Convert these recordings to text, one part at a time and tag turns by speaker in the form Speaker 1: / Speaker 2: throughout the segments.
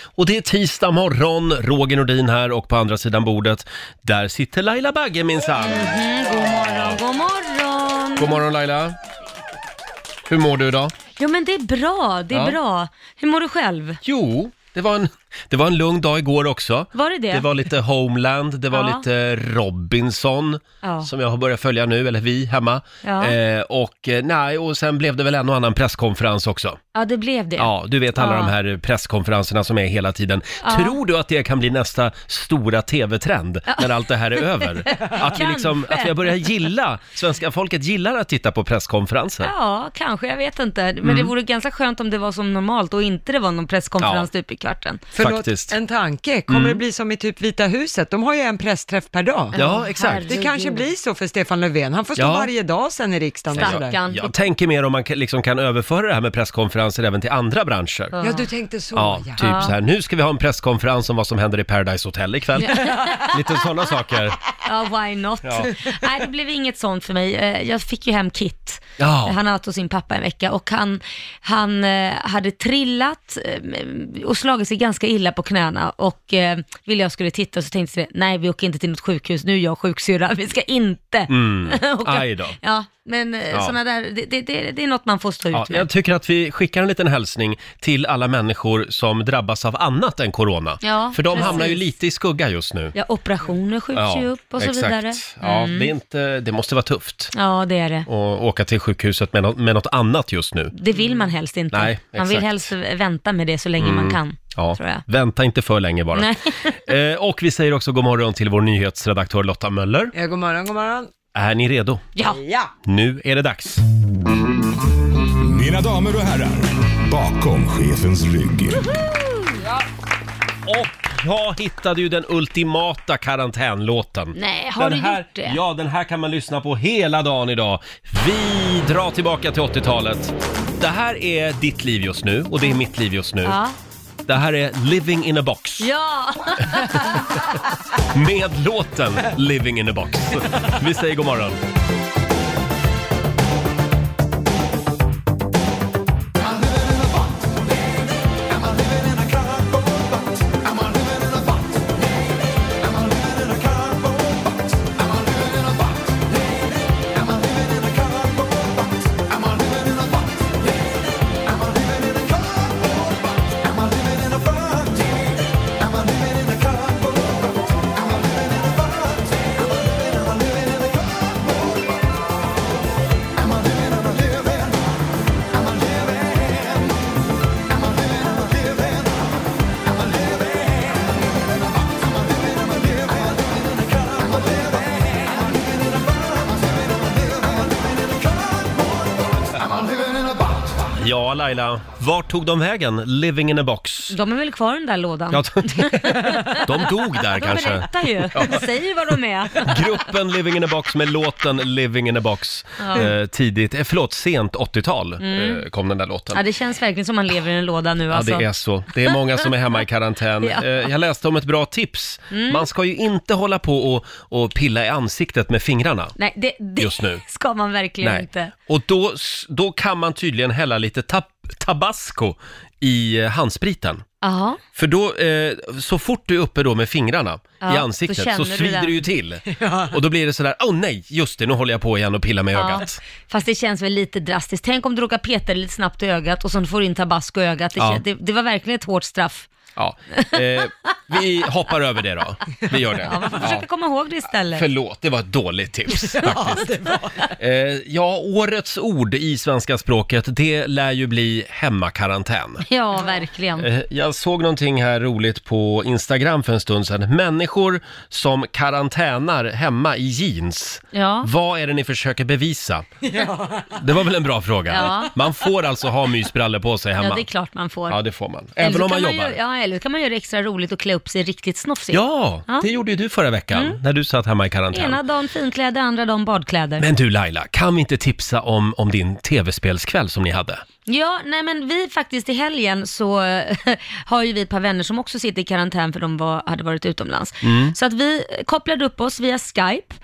Speaker 1: Och det är tisdag morgon, Roger Nordin här och på andra sidan bordet, där sitter Laila Bagge minsann.
Speaker 2: Mm, god morgon, god morgon.
Speaker 1: God morgon Laila. Hur mår du idag?
Speaker 2: Jo men det är bra, det är
Speaker 1: Ja.
Speaker 2: bra. Hur mår du själv?
Speaker 1: Jo, det var en, det var en lugn dag igår också.
Speaker 2: Var det det?
Speaker 1: Det var lite Homeland, det var
Speaker 2: Ja.
Speaker 1: lite Robinson,
Speaker 2: Ja.
Speaker 1: som jag har börjat följa nu, eller vi hemma.
Speaker 2: Ja.
Speaker 1: Eh, och, eh, nej, och sen blev det väl en och annan presskonferens också.
Speaker 2: Ja, det blev det.
Speaker 1: Ja, du vet alla
Speaker 2: Ja.
Speaker 1: de här presskonferenserna som är hela tiden.
Speaker 2: Ja.
Speaker 1: Tror du att det kan bli nästa stora tv-trend när allt det här är över? Att vi, liksom,
Speaker 2: Kanske.
Speaker 1: att vi börjar gilla, svenska folket gillar att titta på presskonferenser.
Speaker 2: Ja, kanske, jag vet inte. Men
Speaker 1: Mm.
Speaker 2: det vore ganska skönt om det var som normalt och inte det var någon presskonferens typ i kvarten.
Speaker 3: Förlåt,
Speaker 1: Faktiskt. Mm.
Speaker 3: en tanke. Kommer det bli som i typ Vita huset? De har ju en pressträff per dag.
Speaker 1: Ja, exakt.
Speaker 3: Det kanske blir så för Stefan Löfven. Han får stå
Speaker 1: Ja.
Speaker 3: varje dag sen i riksdagen. och
Speaker 2: Stackarn.
Speaker 3: sådär.
Speaker 2: Kan-
Speaker 1: Jag tänker mer om man kan- liksom kan överföra det här med presskonferenser även till andra branscher.
Speaker 3: Ja, du tänkte så
Speaker 1: Ja,
Speaker 3: ja.
Speaker 1: typ så här, nu ska vi ha en presskonferens om vad som händer i Paradise Hotel ikväll. Lite sådana saker.
Speaker 2: Ja, why not?
Speaker 1: Ja.
Speaker 2: Nej, det blev inget sånt för mig. Eh, Jag fick ju hem Kit.
Speaker 1: Ja.
Speaker 2: Han har varit hos sin pappa en vecka och han, han eh, hade trillat eh, och slagit sig ganska illa på knäna och eh, ville jag skulle titta så tänkte jag, nej vi åker inte till något sjukhus, nu är jag sjuksyrra, vi ska inte.
Speaker 1: Mm.
Speaker 2: åka.
Speaker 1: Aj då.
Speaker 2: Ja, men ja. sådana där, det, det, det, det är något man får stå
Speaker 1: Ja,
Speaker 2: ut med.
Speaker 1: jag tycker att vi skickar en liten hälsning till alla människor som drabbas av annat än corona.
Speaker 2: Ja,
Speaker 1: För de
Speaker 2: precis.
Speaker 1: hamnar ju lite i skugga just nu.
Speaker 2: Ja, operationer skjuts ju upp och så vidare. Mm.
Speaker 1: Ja, det, är inte, det måste vara tufft
Speaker 2: Ja, det är det.
Speaker 1: att åka till sjukhuset med, nå- med något annat just nu.
Speaker 2: Det vill man helst inte.
Speaker 1: Nej,
Speaker 2: man vill
Speaker 1: exakt. Mm.
Speaker 2: helst vänta med det så länge man kan,
Speaker 1: Ja,
Speaker 2: tror jag.
Speaker 1: vänta inte för länge bara.
Speaker 2: Nej.
Speaker 1: Eh, och vi säger också god morgon till vår nyhetsredaktör Lotta Möller.
Speaker 3: Ja, god morgon, god morgon.
Speaker 1: Är ni redo?
Speaker 2: Ja,
Speaker 3: Ja.
Speaker 1: Nu är det dags.
Speaker 4: Mina damer och herrar, bakom chefens rygg.
Speaker 1: Och jag hittade ju den ultimata karantänlåten.
Speaker 2: Nej, har
Speaker 1: den
Speaker 2: du
Speaker 1: här,
Speaker 2: gjort det?
Speaker 1: Ja, den här kan man lyssna på hela dagen idag. Vi drar tillbaka till 80-talet. Det här är ditt liv just nu och det är mitt liv just nu.
Speaker 2: Ja.
Speaker 1: Det här är Living in a box
Speaker 2: Ja,
Speaker 1: med låten Living in a box. Vi säger god morgon. Ja, Laila, vart tog de vägen? Living in a box.
Speaker 2: de är väl kvar i den där lådan?
Speaker 1: Ja, de, de dog där
Speaker 2: de
Speaker 1: kanske.
Speaker 2: berättar ju, de säger ju vad de är.
Speaker 1: Gruppen Living in a box med låten Living in a box. Eh, tidigt, eh, förlåt, sent 80-tal
Speaker 2: Mm.
Speaker 1: eh, kom den där låten.
Speaker 2: Ja, det känns verkligen som man lever i en låda nu alltså.
Speaker 1: Ja, det är så. Det är många som är hemma i karantän.
Speaker 2: Ja. Mm.
Speaker 1: Eh, Jag läste om ett bra tips. Man ska ju inte hålla på och, och pilla i ansiktet med fingrarna.
Speaker 2: Nej, det, det
Speaker 1: Just nu.
Speaker 2: ska man verkligen inte.
Speaker 1: Och då, s- då kan man tydligen hälla lite tab- tabasco i eh, handspriten.
Speaker 2: Jaha,
Speaker 1: För då, eh, så fort du är uppe då med fingrarna
Speaker 2: Ja,
Speaker 1: i
Speaker 2: då
Speaker 1: ansiktet
Speaker 2: känner
Speaker 1: så
Speaker 2: du
Speaker 1: svider
Speaker 2: den.
Speaker 1: du ju till. Och då blir det sådär, åh oh, nej, just det, nu håller jag på igen och pillar med
Speaker 2: ja.
Speaker 1: ögat.
Speaker 2: Fast det känns väl lite drastiskt. Tänk om du råkar peta lite snabbt i ögat och sen får du in tabasco i ögat. Det,
Speaker 1: Ja.
Speaker 2: kän- det, det var verkligen ett hårt straff.
Speaker 1: Ja. Eh, vi hoppar över det då. Vi gör det.
Speaker 2: Ja, man får försöka komma ihåg det istället.
Speaker 1: Förlåt, det var ett dåligt tips faktiskt. Eh, ja, årets ord i svenska språket, det lär ju bli hemmakarantän.
Speaker 2: Ja, verkligen.
Speaker 1: Eh, Jag såg någonting här roligt på Instagram för en stund sedan. Människor som karantänar hemma i jeans.
Speaker 2: Ja.
Speaker 1: Vad är det ni försöker bevisa? Det var väl en bra fråga?
Speaker 2: Ja.
Speaker 1: Man får alltså ha mysbrallor på sig hemma?
Speaker 2: Ja, det är klart man får.
Speaker 1: Ja, det får man.
Speaker 2: Eller
Speaker 1: Även
Speaker 2: så
Speaker 1: om man
Speaker 2: kan
Speaker 1: jobbar?
Speaker 2: Ju, ja, eller så kan man göra det extra roligt och klä upp sig riktigt snofsigt.
Speaker 1: Ja,
Speaker 2: Ja. Mm.
Speaker 1: det gjorde ju du förra veckan när du satt hemma i karantän.
Speaker 2: Ena dagen finkläder, andra dagen badkläder.
Speaker 1: Men du Laila, kan vi inte tipsa om, om din tv-spelskväll som ni hade?
Speaker 2: Ja, nej men vi faktiskt i helgen så eh, har ju vi ett par vänner som också sitter i karantän för de var, hade varit utomlands.
Speaker 1: Mm.
Speaker 2: Så att vi kopplade
Speaker 1: Mm.
Speaker 2: upp oss via Skype,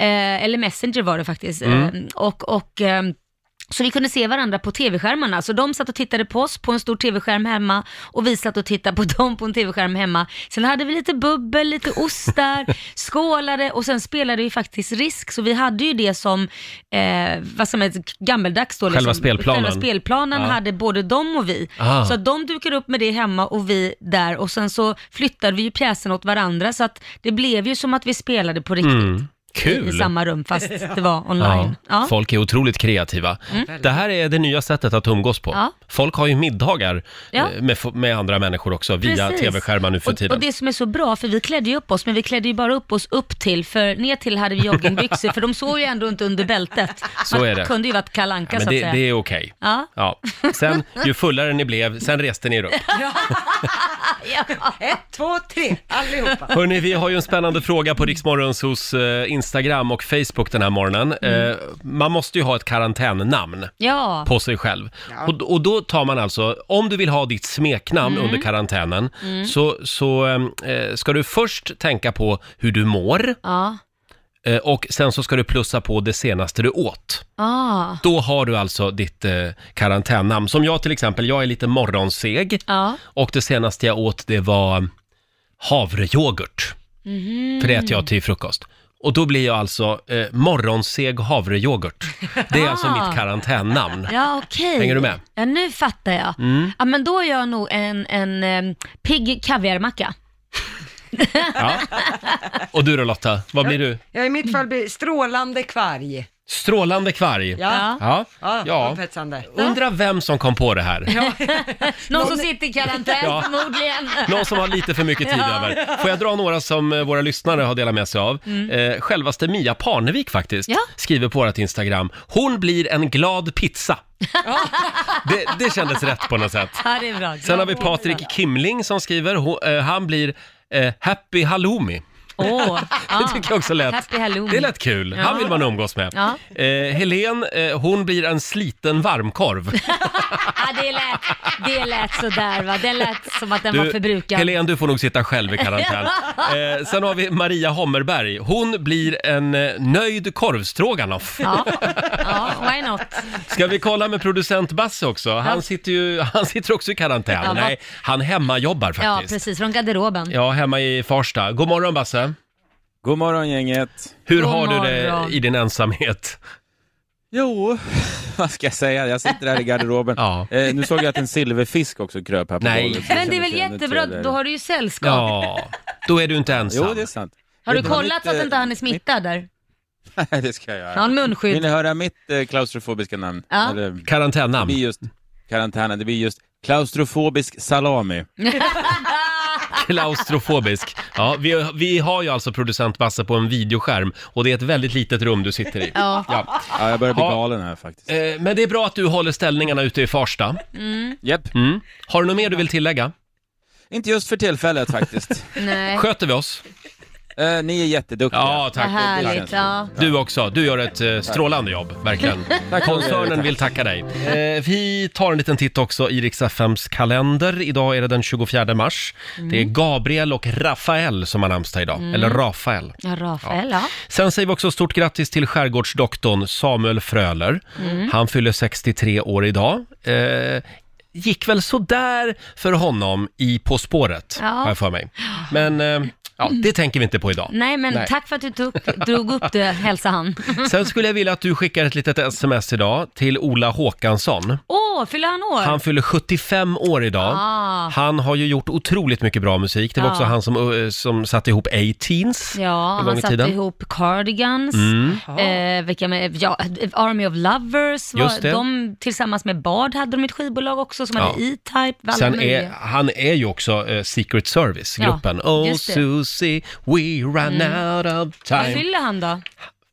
Speaker 2: eh, eller Messenger var det faktiskt, eh, och, och eh, Så vi kunde se varandra på tv-skärmarna. Så de satt och tittade på oss på en stor tv-skärm hemma och vi satt och tittade på dem på en tv-skärm hemma. Sen hade vi lite bubbel, lite ostar, skålade och sen spelade vi faktiskt risk. Så vi hade ju det som, eh, vad som heter, gammeldags då. liksom,
Speaker 1: Själva spelplanen.
Speaker 2: Själva spelplanen
Speaker 1: Ja.
Speaker 2: hade både de och vi.
Speaker 1: Ah.
Speaker 2: Så att de dukade upp med det hemma och vi där och sen så flyttade vi ju pjäsen åt varandra så att det blev ju som att vi spelade på riktigt.
Speaker 1: Mm.
Speaker 2: I
Speaker 1: Kul!
Speaker 2: samma rum fast det var online. Ja. Mm.
Speaker 1: Folk är otroligt kreativa. Det här är det nya sättet att umgås på.
Speaker 2: Ja.
Speaker 1: Folk har ju middagar
Speaker 2: Ja.
Speaker 1: eh, med, f- med andra människor också, via
Speaker 2: Precis.
Speaker 1: tv-skärmar nu för
Speaker 2: och, och
Speaker 1: tiden.
Speaker 2: det som är så bra, för vi klädde ju upp oss, men vi klädde ju bara upp oss upp till för ner till hade vi joggingbyxor, för de såg ju ändå inte under bältet.
Speaker 1: Så är det.
Speaker 2: kunde ju varit kalanka
Speaker 1: Ja, men
Speaker 2: så att
Speaker 1: det,
Speaker 2: säga.
Speaker 1: det är okej.
Speaker 2: Ja.
Speaker 1: Ja. Sen, ju fullare ni blev, sen reste ni er upp.
Speaker 3: Ett, två, tre, allihopa.
Speaker 1: Hörni, vi har ju en spännande fråga på Riksmorgons hos eh, Instagram och Facebook den här morgonen.
Speaker 2: Mm.
Speaker 1: Eh, man måste ju ha ett karantännamn
Speaker 2: Ja, Mm.
Speaker 1: på sig själv. Och, och då tar man alltså, om du vill ha ditt smeknamn under karantänen, så, så eh, ska du först tänka på hur du mår
Speaker 2: ja,
Speaker 1: eh, och sen så ska du plussa på det senaste du åt.
Speaker 2: ja,
Speaker 1: Då har du alltså ditt eh, karantännamn. Som jag till exempel, jag är lite morgonseg.
Speaker 2: ja.
Speaker 1: Och det senaste jag åt det var havrejoghurt.
Speaker 2: Mhm.
Speaker 1: För det äter jag till frukost. Och då blir jag alltså eh, morgonseg havrejoghurt. Det är alltså
Speaker 2: Ah.
Speaker 1: mitt karantännamn.
Speaker 2: Ja, okej.
Speaker 1: Hänger du med? Mm.
Speaker 2: Ja, nu fattar jag. Ja, men då är jag nog en, en um, pigg kaviarmacka.
Speaker 1: Ja. Och du då Lotta, vad blir du?
Speaker 3: Ja, i mitt fall blir strålande kvarg.
Speaker 1: Strålande kvarg.
Speaker 3: Ja,
Speaker 1: Ja.
Speaker 3: ja,
Speaker 1: Ja.
Speaker 3: upphetsande.
Speaker 1: Undrar vem som kom på det här.
Speaker 2: Någon som sitter i karantän
Speaker 1: Ja.
Speaker 2: förmodligen.
Speaker 1: Någon som har lite för mycket tid över. Får jag dra några som eh, våra lyssnare har delat med sig av? Eh, självaste Mia Parnevik faktiskt,
Speaker 2: Mm. Ja.
Speaker 1: skriver på vårt Instagram. Hon blir en glad pizza. det, det kändes rätt på något sätt.
Speaker 2: Ja, det är bra.
Speaker 1: Sen har vi Patrik Kimling som skriver, ho- eh, han blir eh, happy halloumi.
Speaker 2: Åh, ja.
Speaker 1: Det tycker jag också lät.
Speaker 2: Happy halloumi.
Speaker 1: Det lät kul.
Speaker 2: Ja.
Speaker 1: Han vill man umgås med.
Speaker 2: Ja.
Speaker 1: Eh, Helen, eh, hon blir en sliten varmkorv.
Speaker 2: Ja, det lät, det lät sådär va. Det lät som att den var förbrukad.
Speaker 1: Helen, du får nog sitta själv i karantän. eh, sen har vi Maria Hommerberg. Hon blir en eh, nöjd korvstroganoff.
Speaker 2: Ja. ja, why not?
Speaker 1: Ska vi kolla med producent Basse också? Han
Speaker 2: Ja.
Speaker 1: sitter ju han sitter också i karantän.
Speaker 2: Ja, va?
Speaker 1: Nej, han hemmajobbar
Speaker 2: Ja,
Speaker 1: faktiskt.
Speaker 2: precis. Från garderoben.
Speaker 1: Ja, hemma i Farsta. God morgon Basse.
Speaker 5: God morgon gänget.
Speaker 1: Hur
Speaker 2: God
Speaker 1: har du det
Speaker 2: morgon.
Speaker 1: i din ensamhet?
Speaker 5: Jo, vad ska jag säga? Jag sitter här i garderoben.
Speaker 1: Ja.
Speaker 5: eh, nu såg jag att en silverfisk också kröp här på
Speaker 1: Nej.
Speaker 5: golvet.
Speaker 2: Men det är
Speaker 5: kändes
Speaker 2: väl
Speaker 5: ju ännu
Speaker 2: jättebra,
Speaker 5: trevligare.
Speaker 2: då har du ju sällskap.
Speaker 1: Ja, då är du inte ensam.
Speaker 5: Jo, det är sant.
Speaker 2: Har du
Speaker 5: Vill ni ha
Speaker 2: kollat
Speaker 5: mitt,
Speaker 2: så att
Speaker 5: eh,
Speaker 2: inte han är smittad där?
Speaker 5: Nej, det ska jag
Speaker 2: Har
Speaker 5: göra.
Speaker 2: han
Speaker 5: Vill
Speaker 2: munskydd?
Speaker 5: ni höra mitt eh, klaustrofobiska namn?
Speaker 2: Ja.
Speaker 5: Eller, det
Speaker 1: Karantännamn.
Speaker 5: blir just karantänen, det blir just klaustrofobisk salami.
Speaker 1: Klaustrofobisk. Ja, vi, vi har ju alltså producent Basse på en videoskärm och det är ett väldigt litet rum du sitter i.
Speaker 2: Ja.
Speaker 1: Ja.
Speaker 5: Ja, jag börjar bli
Speaker 1: Ja.
Speaker 5: galen här faktiskt.
Speaker 1: Eh, Men det är bra att du håller ställningarna ute i Farsta.
Speaker 5: Japp,
Speaker 1: Mm. Har du något mer du vill tillägga?
Speaker 5: inte just för tillfället faktiskt.
Speaker 2: Nej.
Speaker 1: Sköter vi oss?
Speaker 5: Eh, ni är jätteduktiga.
Speaker 1: Ja,
Speaker 2: Vad
Speaker 1: tack.
Speaker 2: härligt. Ja.
Speaker 1: Du också. Du gör ett eh, strålande jobb, verkligen.
Speaker 5: Tack.
Speaker 1: Koncernen vill tacka dig. Eh, vi tar en liten titt också i Rix FMs kalender. Idag är det den 24 mars.
Speaker 5: Mm.
Speaker 1: Det är Gabriel och Rafael som har namnsdag idag. Eller Rafael.
Speaker 2: Ja, Rafael, ja.
Speaker 1: Sen säger vi också stort grattis till skärgårdsdoktorn Samuel Fröler.
Speaker 2: Mm.
Speaker 1: Han fyller 63 år idag. Eh, gick väl sådär för honom i På spåret,
Speaker 2: Ja.
Speaker 1: har jag för mig. Men eh, ja, det tänker vi inte på idag.
Speaker 2: Nej, men
Speaker 1: Nej.
Speaker 2: tack för att du tog, drog upp det, hälsa han.
Speaker 1: Sen skulle jag vilja att du skickar ett litet sms idag till Ola Håkansson.
Speaker 2: Åh, fyller han år?
Speaker 1: Han fyller 75 år idag.
Speaker 2: Ah.
Speaker 1: Han har ju gjort otroligt mycket bra musik. Det var
Speaker 2: Ja.
Speaker 1: också han som, eh, som satte ihop 18s
Speaker 2: Ja,
Speaker 1: en gång
Speaker 2: han
Speaker 1: i
Speaker 2: satte
Speaker 1: tiden. Mm.
Speaker 2: ihop Cardigans, eh, vilka med, ja, Army of Lovers,
Speaker 1: Just
Speaker 2: var,
Speaker 1: det.
Speaker 2: de tillsammans med Bard hade de ett skivbolag också som hade
Speaker 1: Ja.
Speaker 2: E-Type, alla
Speaker 1: Sen
Speaker 2: möjliga.
Speaker 1: är, han är ju också eh, Secret Service,
Speaker 2: Ja,
Speaker 1: gruppen. oh
Speaker 2: just det.
Speaker 1: Susie, we run out of
Speaker 2: Vad
Speaker 1: time.
Speaker 2: fyller han då?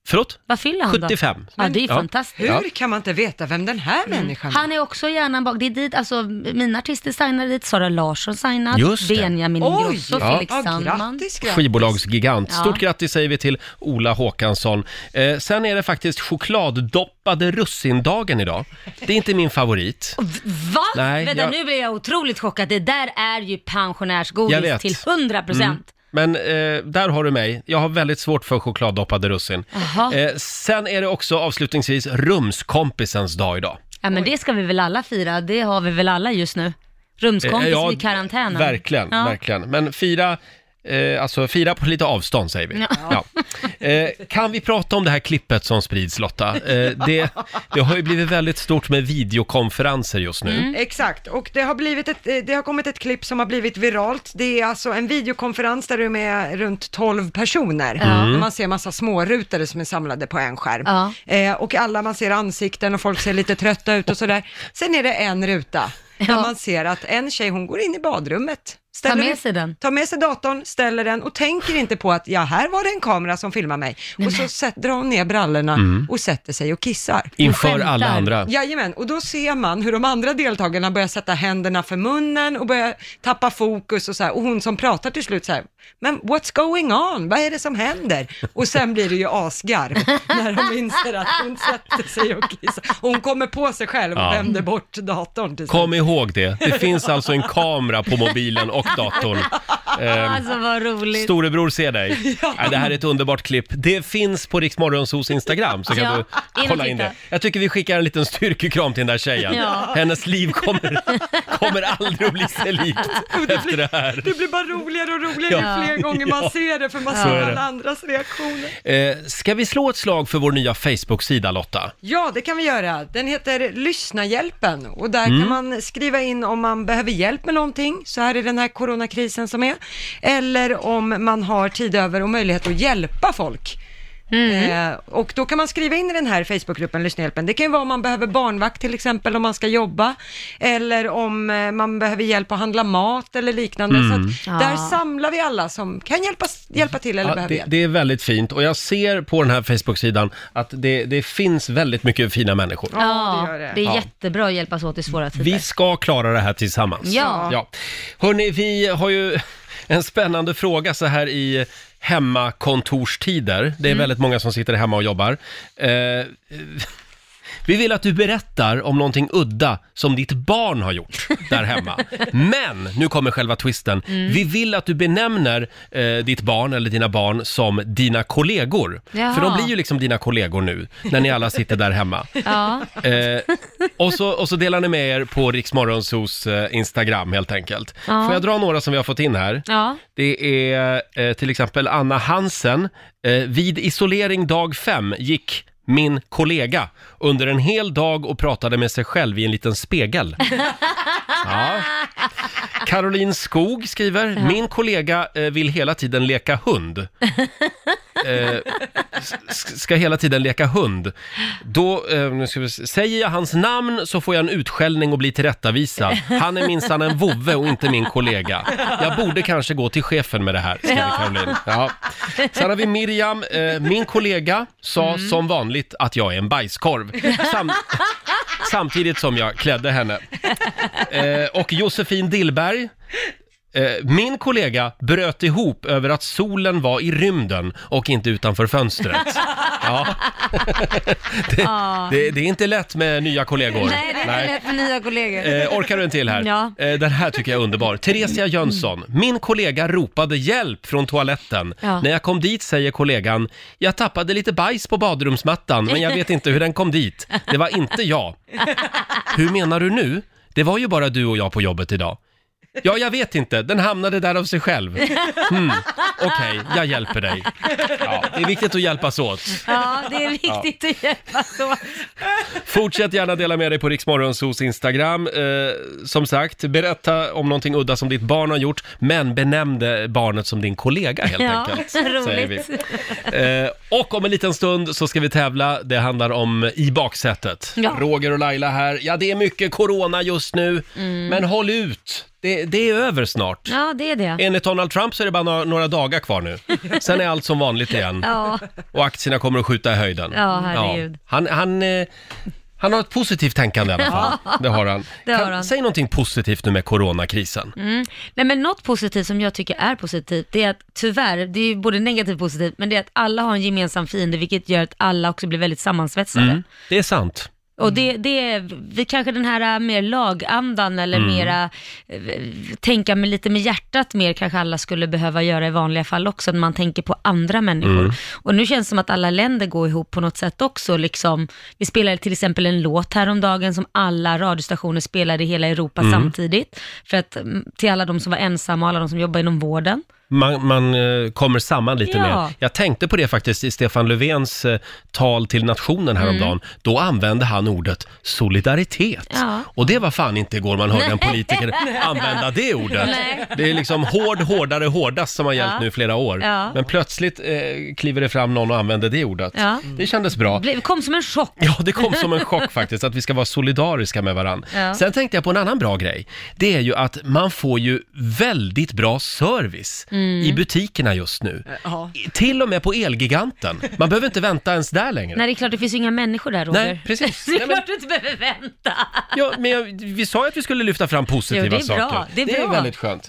Speaker 1: Förlåt?
Speaker 2: Vad fyller han då?
Speaker 1: 75.
Speaker 2: Ja, det är ju
Speaker 1: Ja.
Speaker 2: fantastiskt.
Speaker 3: Hur kan man inte veta vem den här människan är?
Speaker 2: Han är också hjärnan bak. Det är dit, alltså mina artister signar dit, Sara Larsson signar,
Speaker 1: Just det.
Speaker 2: Benjamin
Speaker 3: Oj!
Speaker 2: Ingrosso,
Speaker 1: Ja.
Speaker 2: Felix
Speaker 3: Ja,
Speaker 2: Sandman.
Speaker 3: grattis, grattis.
Speaker 1: Skivbolagsgigant.
Speaker 2: Ja.
Speaker 1: Stort grattis säger vi till Ola Håkansson. Eh, sen är det faktiskt chokladdoppade russindagen idag. Det är inte min favorit.
Speaker 2: Va?
Speaker 1: Nej,
Speaker 2: Vänta,
Speaker 1: jag-
Speaker 2: nu blir jag otroligt chockad. Det där är ju
Speaker 1: Jag
Speaker 2: pensionärsgodis
Speaker 1: vet.
Speaker 2: till 100%. procent.
Speaker 1: Men eh, där har du mig. Jag har väldigt svårt för chokladdoppade russin.
Speaker 2: Jaha.
Speaker 1: Eh, sen är det också avslutningsvis rumskompisens dag idag.
Speaker 2: Ja, men det ska vi väl alla fira, det har vi väl alla just nu. Rumskompis
Speaker 1: Eh, ja,
Speaker 2: i karantänen.
Speaker 1: Verkligen,
Speaker 2: Ja.
Speaker 1: verkligen. Men fira, eh, alltså fira på lite avstånd säger vi. Ja. Eh, kan vi prata om det här klippet som sprids Lotta? Eh, det, det har ju blivit väldigt stort med videokonferenser just nu.
Speaker 2: Mm.
Speaker 3: Exakt, och det har, blivit ett, eh, det har kommit ett klipp som har blivit viralt. Det är alltså en videokonferens där du är med runt 12 personer. Där Man ser massa smårutare som är samlade på en skärm.
Speaker 2: Mm. Ja.
Speaker 3: Eh, och alla, man ser ansikten och folk ser lite trötta ut och sådär. Sen är det en ruta där
Speaker 2: Ja.
Speaker 3: man ser att en tjej, hon går in i badrummet.
Speaker 2: Ta
Speaker 3: ställer
Speaker 2: med
Speaker 3: ut-
Speaker 2: sig den.
Speaker 3: Tar med sig datorn, ställer den och tänker inte på att ja, här var det en kamera som filmar mig. och så sätt, drar hon ner brallorna
Speaker 2: Mm.
Speaker 3: och sätter sig och kissar.
Speaker 1: Inför
Speaker 2: skämtar.
Speaker 1: alla andra.
Speaker 3: Jajamän, och då ser man hur de andra deltagarna börjar sätta händerna för munnen och börjar tappa fokus och så här. Och hon som pratar till slut så här, men what's going on? Vad är det som händer? Och sen blir det ju asgarv när de inser att hon sätter sig och kissar. Och hon kommer på sig själv
Speaker 1: Ja.
Speaker 3: och vänder bort datorn till slut.
Speaker 1: Kom ihåg det, det finns alltså en kamera på mobilen och datorn.
Speaker 2: Alltså vad roligt.
Speaker 1: Storebror ser dig. Nej, det här är ett underbart klipp. Det finns på Rix Morgonzos Instagram så kan
Speaker 2: Ja, in
Speaker 1: du
Speaker 2: och
Speaker 1: kolla in
Speaker 2: titta.
Speaker 1: det. Jag tycker vi skickar en liten styrkekram till den där tjejen.
Speaker 2: Ja.
Speaker 1: Hennes liv kommer, kommer aldrig att bli sig likt efter det här.
Speaker 3: Det blir bara roligare och roligare
Speaker 1: Ja.
Speaker 3: ju fler gånger man
Speaker 1: Ja.
Speaker 3: ser det, för man
Speaker 1: Så är
Speaker 3: ser
Speaker 1: det.
Speaker 3: alla andras reaktioner.
Speaker 1: Eh, ska vi slå ett slag för vår nya Facebook-sida Lotta?
Speaker 3: Ja, det kan vi göra. Den heter Lyssnahjälpen och där
Speaker 1: Mm.
Speaker 3: kan man skriva in om man behöver hjälp med någonting, så här i den här coronakrisen som är, eller om man har tid över och möjlighet att hjälpa folk. Eh, och då kan man skriva in i den här Facebookgruppen Lyssnahjälpen. Det kan ju vara om man behöver barnvakt till exempel, om man ska jobba, eller om eh, man behöver hjälp att handla mat eller liknande. Så att där
Speaker 2: Ja.
Speaker 3: samlar vi alla som kan hjälpa, hjälpa till eller
Speaker 1: Mm. Ja,
Speaker 3: behöver
Speaker 1: det,
Speaker 3: hjälp.
Speaker 1: det är väldigt fint och jag ser på den här Facebook-sidan att det, det finns väldigt mycket fina människor.
Speaker 3: Ja, det
Speaker 2: Ja,
Speaker 3: gör det.
Speaker 2: det
Speaker 1: Ja.
Speaker 2: är jättebra att hjälpas åt i svåra tider.
Speaker 1: Vi ska klara det här tillsammans.
Speaker 2: Ja.
Speaker 1: ja. Hörni, vi har ju en spännande fråga så här i hemmakontorstider. Det är
Speaker 2: Mm.
Speaker 1: väldigt många som sitter hemma och jobbar. Eh, vi vill att du berättar om någonting udda som ditt barn har gjort där hemma. Men, nu kommer själva twisten.
Speaker 2: Mm.
Speaker 1: Vi vill att du benämner eh, ditt barn eller dina barn som dina kollegor.
Speaker 2: Jaha.
Speaker 1: För de blir ju liksom dina kollegor nu, när ni alla sitter där hemma.
Speaker 2: Ja.
Speaker 1: Eh, och, så, och så delar ni med er på Riksmorgonsos eh, Instagram helt enkelt.
Speaker 2: Ja.
Speaker 1: Får jag dra några som vi har fått in här?
Speaker 2: Ja.
Speaker 1: Det är eh, till exempel Anna Hansen. Eh, vid isolering dag 5 gick min kollega under en hel dag och pratade med sig själv i en liten spegel. Ja. Caroline Skog skriver, min kollega eh, vill hela tiden leka hund. Eh, s- s- ska hela tiden leka hund. Då, eh, nu ska vi, se. säger jag hans namn så får jag en utskällning och blir tillrättavisad. Han är minsann en vovve och inte min kollega. Jag borde kanske gå till chefen med det här, skriver Caroline. Ja. Sen har vi Miriam. Eh, min kollega sa som vanligt att jag är en bajskorv. Sam- samtidigt som jag klädde henne. Eh, och Josefin Dillberg. Eh, Min kollega bröt ihop över att solen var i rymden och inte utanför fönstret. Ja. Det, det, det är inte lätt med nya kollegor.
Speaker 2: Nej, det är
Speaker 1: Nej.
Speaker 2: inte lätt med nya kollegor.
Speaker 1: Eh, orkar du en till här?
Speaker 2: Ja.
Speaker 1: Eh, den här tycker jag är underbar. Theresia Jönsson. Min kollega ropade hjälp från toaletten.
Speaker 2: Ja.
Speaker 1: När jag kom dit säger kollegan, jag tappade lite bajs på badrumsmattan, men jag vet inte hur den kom dit. Det var inte jag. Hur menar du nu? Det var ju bara du och jag på jobbet idag. Ja, jag vet inte. Den hamnade där av sig själv. Hmm. Okej, jag hjälper dig. Ja, det är viktigt att hjälpas åt.
Speaker 2: Ja, det är viktigt att hjälpas åt.
Speaker 1: Fortsätt gärna dela med dig på Riksmorgonsos Instagram. Eh, som sagt, berätta om någonting udda som ditt barn har gjort, men benämnde barnet som din kollega helt
Speaker 2: Ja,
Speaker 1: enkelt. säger vi.
Speaker 2: roligt.
Speaker 1: Eh, och om en liten stund så ska vi tävla. Det handlar om i baksätet.
Speaker 2: Ja.
Speaker 1: Roger och Laila här. Ja, det är mycket corona just nu, men håll ut. Det, det är över snart.
Speaker 2: Mm. Ja, det är det.
Speaker 1: Enligt Donald Trump så är det bara några, några dagar kvar nu. Sen är allt som vanligt igen
Speaker 2: Ja,
Speaker 1: och aktierna kommer att skjuta i höjden.
Speaker 2: Ja, herregud.
Speaker 1: Han, han, eh, han har ett positivt tänkande i alla fall. Det har han.
Speaker 2: Det har
Speaker 1: Kan-
Speaker 2: han. Mm.
Speaker 1: Säg någonting positivt nu med coronakrisen.
Speaker 2: nej men något positivt som jag tycker är positivt, det är att tyvärr, det är ju både negativt och
Speaker 1: Mm.
Speaker 2: positivt, men det är att alla har en gemensam fiende, vilket gör att alla också blir väldigt sammansvetsade.
Speaker 1: Det är sant.
Speaker 2: Och det, det är vi kanske den här äh, mer lagandan eller
Speaker 1: Mm.
Speaker 2: mera äh, tänka med lite med hjärtat mer kanske alla skulle behöva göra i vanliga fall också, när man tänker på andra människor.
Speaker 1: Mm.
Speaker 2: Och nu känns det som att alla länder går ihop på något sätt också. Liksom, vi spelade till exempel en låt häromdagen som alla radiostationer spelade i hela Europa
Speaker 1: Mm.
Speaker 2: samtidigt, för att mm, till alla de som var ensamma och alla de som jobbar inom vården.
Speaker 1: Man, man eh, kommer samman lite
Speaker 2: Ja.
Speaker 1: mer. Jag tänkte på det faktiskt i Stefan Löfvens eh, tal till
Speaker 2: Mm.
Speaker 1: nationen häromdagen. Då använde han ordet solidaritet.
Speaker 2: Ja.
Speaker 1: Och det var fan inte igår man hörde en politiker använda det ordet.
Speaker 2: Nej.
Speaker 1: Det är liksom hård, hårdare, hårdast som har gällt
Speaker 2: Ja.
Speaker 1: nu i flera år.
Speaker 2: Ja.
Speaker 1: Men plötsligt eh, kliver det fram någon och använder det ordet.
Speaker 2: Ja.
Speaker 1: Det kändes bra.
Speaker 2: Det kom som en chock.
Speaker 1: Ja, det kom som en chock faktiskt, att vi ska vara solidariska med varandra.
Speaker 2: Ja.
Speaker 1: Sen tänkte jag på en annan bra grej. Det är ju att man får ju väldigt bra service
Speaker 2: Mm.
Speaker 1: i butikerna just nu.
Speaker 3: Ja.
Speaker 1: I- Till och med på Elgiganten. Man behöver inte vänta ens där längre.
Speaker 2: Nej, det är klart, det finns ju inga människor där, Roger.
Speaker 1: Nej, precis.
Speaker 2: Det är
Speaker 1: Nej, men,
Speaker 2: klart du inte behöver vänta.
Speaker 1: ja, men jag, vi sa ju att vi skulle lyfta fram positiva
Speaker 2: Jo, det är
Speaker 1: saker.
Speaker 2: bra, det är bra. Mm.
Speaker 1: väldigt skönt.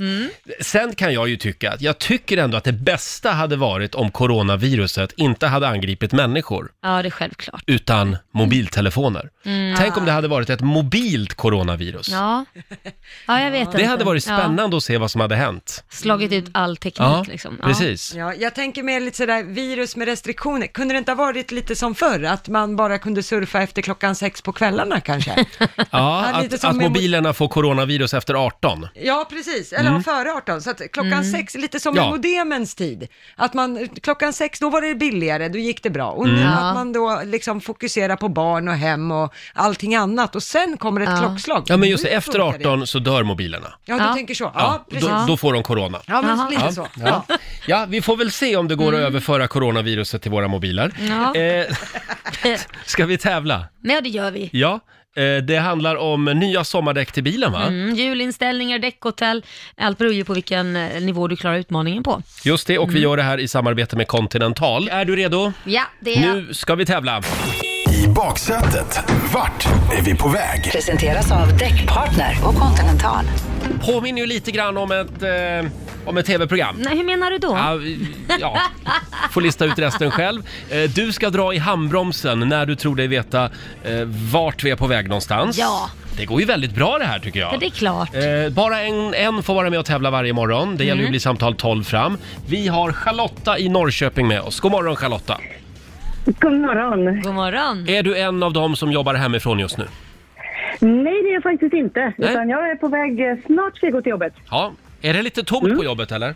Speaker 1: Sen kan jag ju tycka att jag tycker ändå att det bästa hade varit om coronaviruset inte hade angripit människor.
Speaker 2: Ja, det är självklart.
Speaker 1: utan mobiltelefoner.
Speaker 2: Mm.
Speaker 1: Tänk om
Speaker 2: Ah.
Speaker 1: det hade varit ett mobilt coronavirus.
Speaker 2: Ja, ja jag vet inte.
Speaker 1: Det hade varit
Speaker 2: Ja.
Speaker 1: spännande att se vad som hade hänt.
Speaker 2: Slagit ut all teknik
Speaker 1: Ja,
Speaker 2: liksom. Ja.
Speaker 1: precis.
Speaker 3: Ja, jag tänker mer lite sådär virus med restriktioner. Kunde det inte ha varit lite som förr, att man bara kunde surfa efter klockan sex på kvällarna kanske?
Speaker 1: Ja,
Speaker 3: Ja, lite
Speaker 1: att,
Speaker 3: som
Speaker 1: att
Speaker 3: med-
Speaker 1: mobilerna får coronavirus efter 18.
Speaker 3: Ja, precis. Eller före 18. Så att klockan sex, lite som
Speaker 1: Ja.
Speaker 3: i modemens tid. Att man, klockan sex, då var det billigare, då gick det bra. Och nu
Speaker 2: Ja.
Speaker 3: att man då liksom fokuserar på barn och hem och allting annat. Och sen kommer ett
Speaker 2: Ja.
Speaker 3: klockslag.
Speaker 1: Ja, men just
Speaker 3: Nu
Speaker 1: efter
Speaker 3: funkar det.
Speaker 1: 18 så dör mobilerna.
Speaker 3: Ja, du
Speaker 2: Ja.
Speaker 3: tänker så. Ja, precis.
Speaker 1: då, då får de corona.
Speaker 3: Ja, men
Speaker 2: Jaha.
Speaker 3: lite
Speaker 1: Ja,
Speaker 3: så.
Speaker 1: ja. ja, vi får väl se om det går att överföra coronaviruset till våra mobiler.
Speaker 2: Ja.
Speaker 1: Eh, ska vi tävla?
Speaker 2: Men ja, det gör vi.
Speaker 1: Ja, eh, det handlar om nya sommardäck till bilen va?
Speaker 2: Mm, hjulinställningar, däckhotell, allt beror ju på vilken eh, nivå du klarar utmaningen på.
Speaker 1: Just det, och vi gör det här i samarbete med Continental. Är du redo?
Speaker 2: Ja, det är
Speaker 1: Nu ska vi tävla.
Speaker 4: I baksätet, vart är vi på väg?
Speaker 6: Presenteras av Däckpartner och Continental.
Speaker 1: påminner ju lite grann om ett, eh, om ett tv-program.
Speaker 2: Nej, hur menar du då?
Speaker 1: Ja, vi- ja, får lista ut resten själv. Eh, Du ska dra i handbromsen när du tror dig veta eh, vart vi är på väg någonstans.
Speaker 2: Ja.
Speaker 1: Det går ju väldigt bra det här tycker
Speaker 2: Ja,
Speaker 1: jag.
Speaker 2: det är klart.
Speaker 1: Eh, bara en, en får vara med och tävla varje morgon. Det gäller ju
Speaker 2: Mm.
Speaker 1: att bli samtal 12 fram. Vi har Charlotta i Norrköping med oss. God morgon Charlotta!
Speaker 7: God morgon.
Speaker 2: God morgon.
Speaker 1: Är du en av dem som jobbar hemifrån just nu?
Speaker 7: Nej, det är jag faktiskt inte.
Speaker 1: Nej.
Speaker 7: Utan jag är på väg, eh, snart ska jag gå till jobbet.
Speaker 1: Ja. Är det lite tomt på jobbet eller?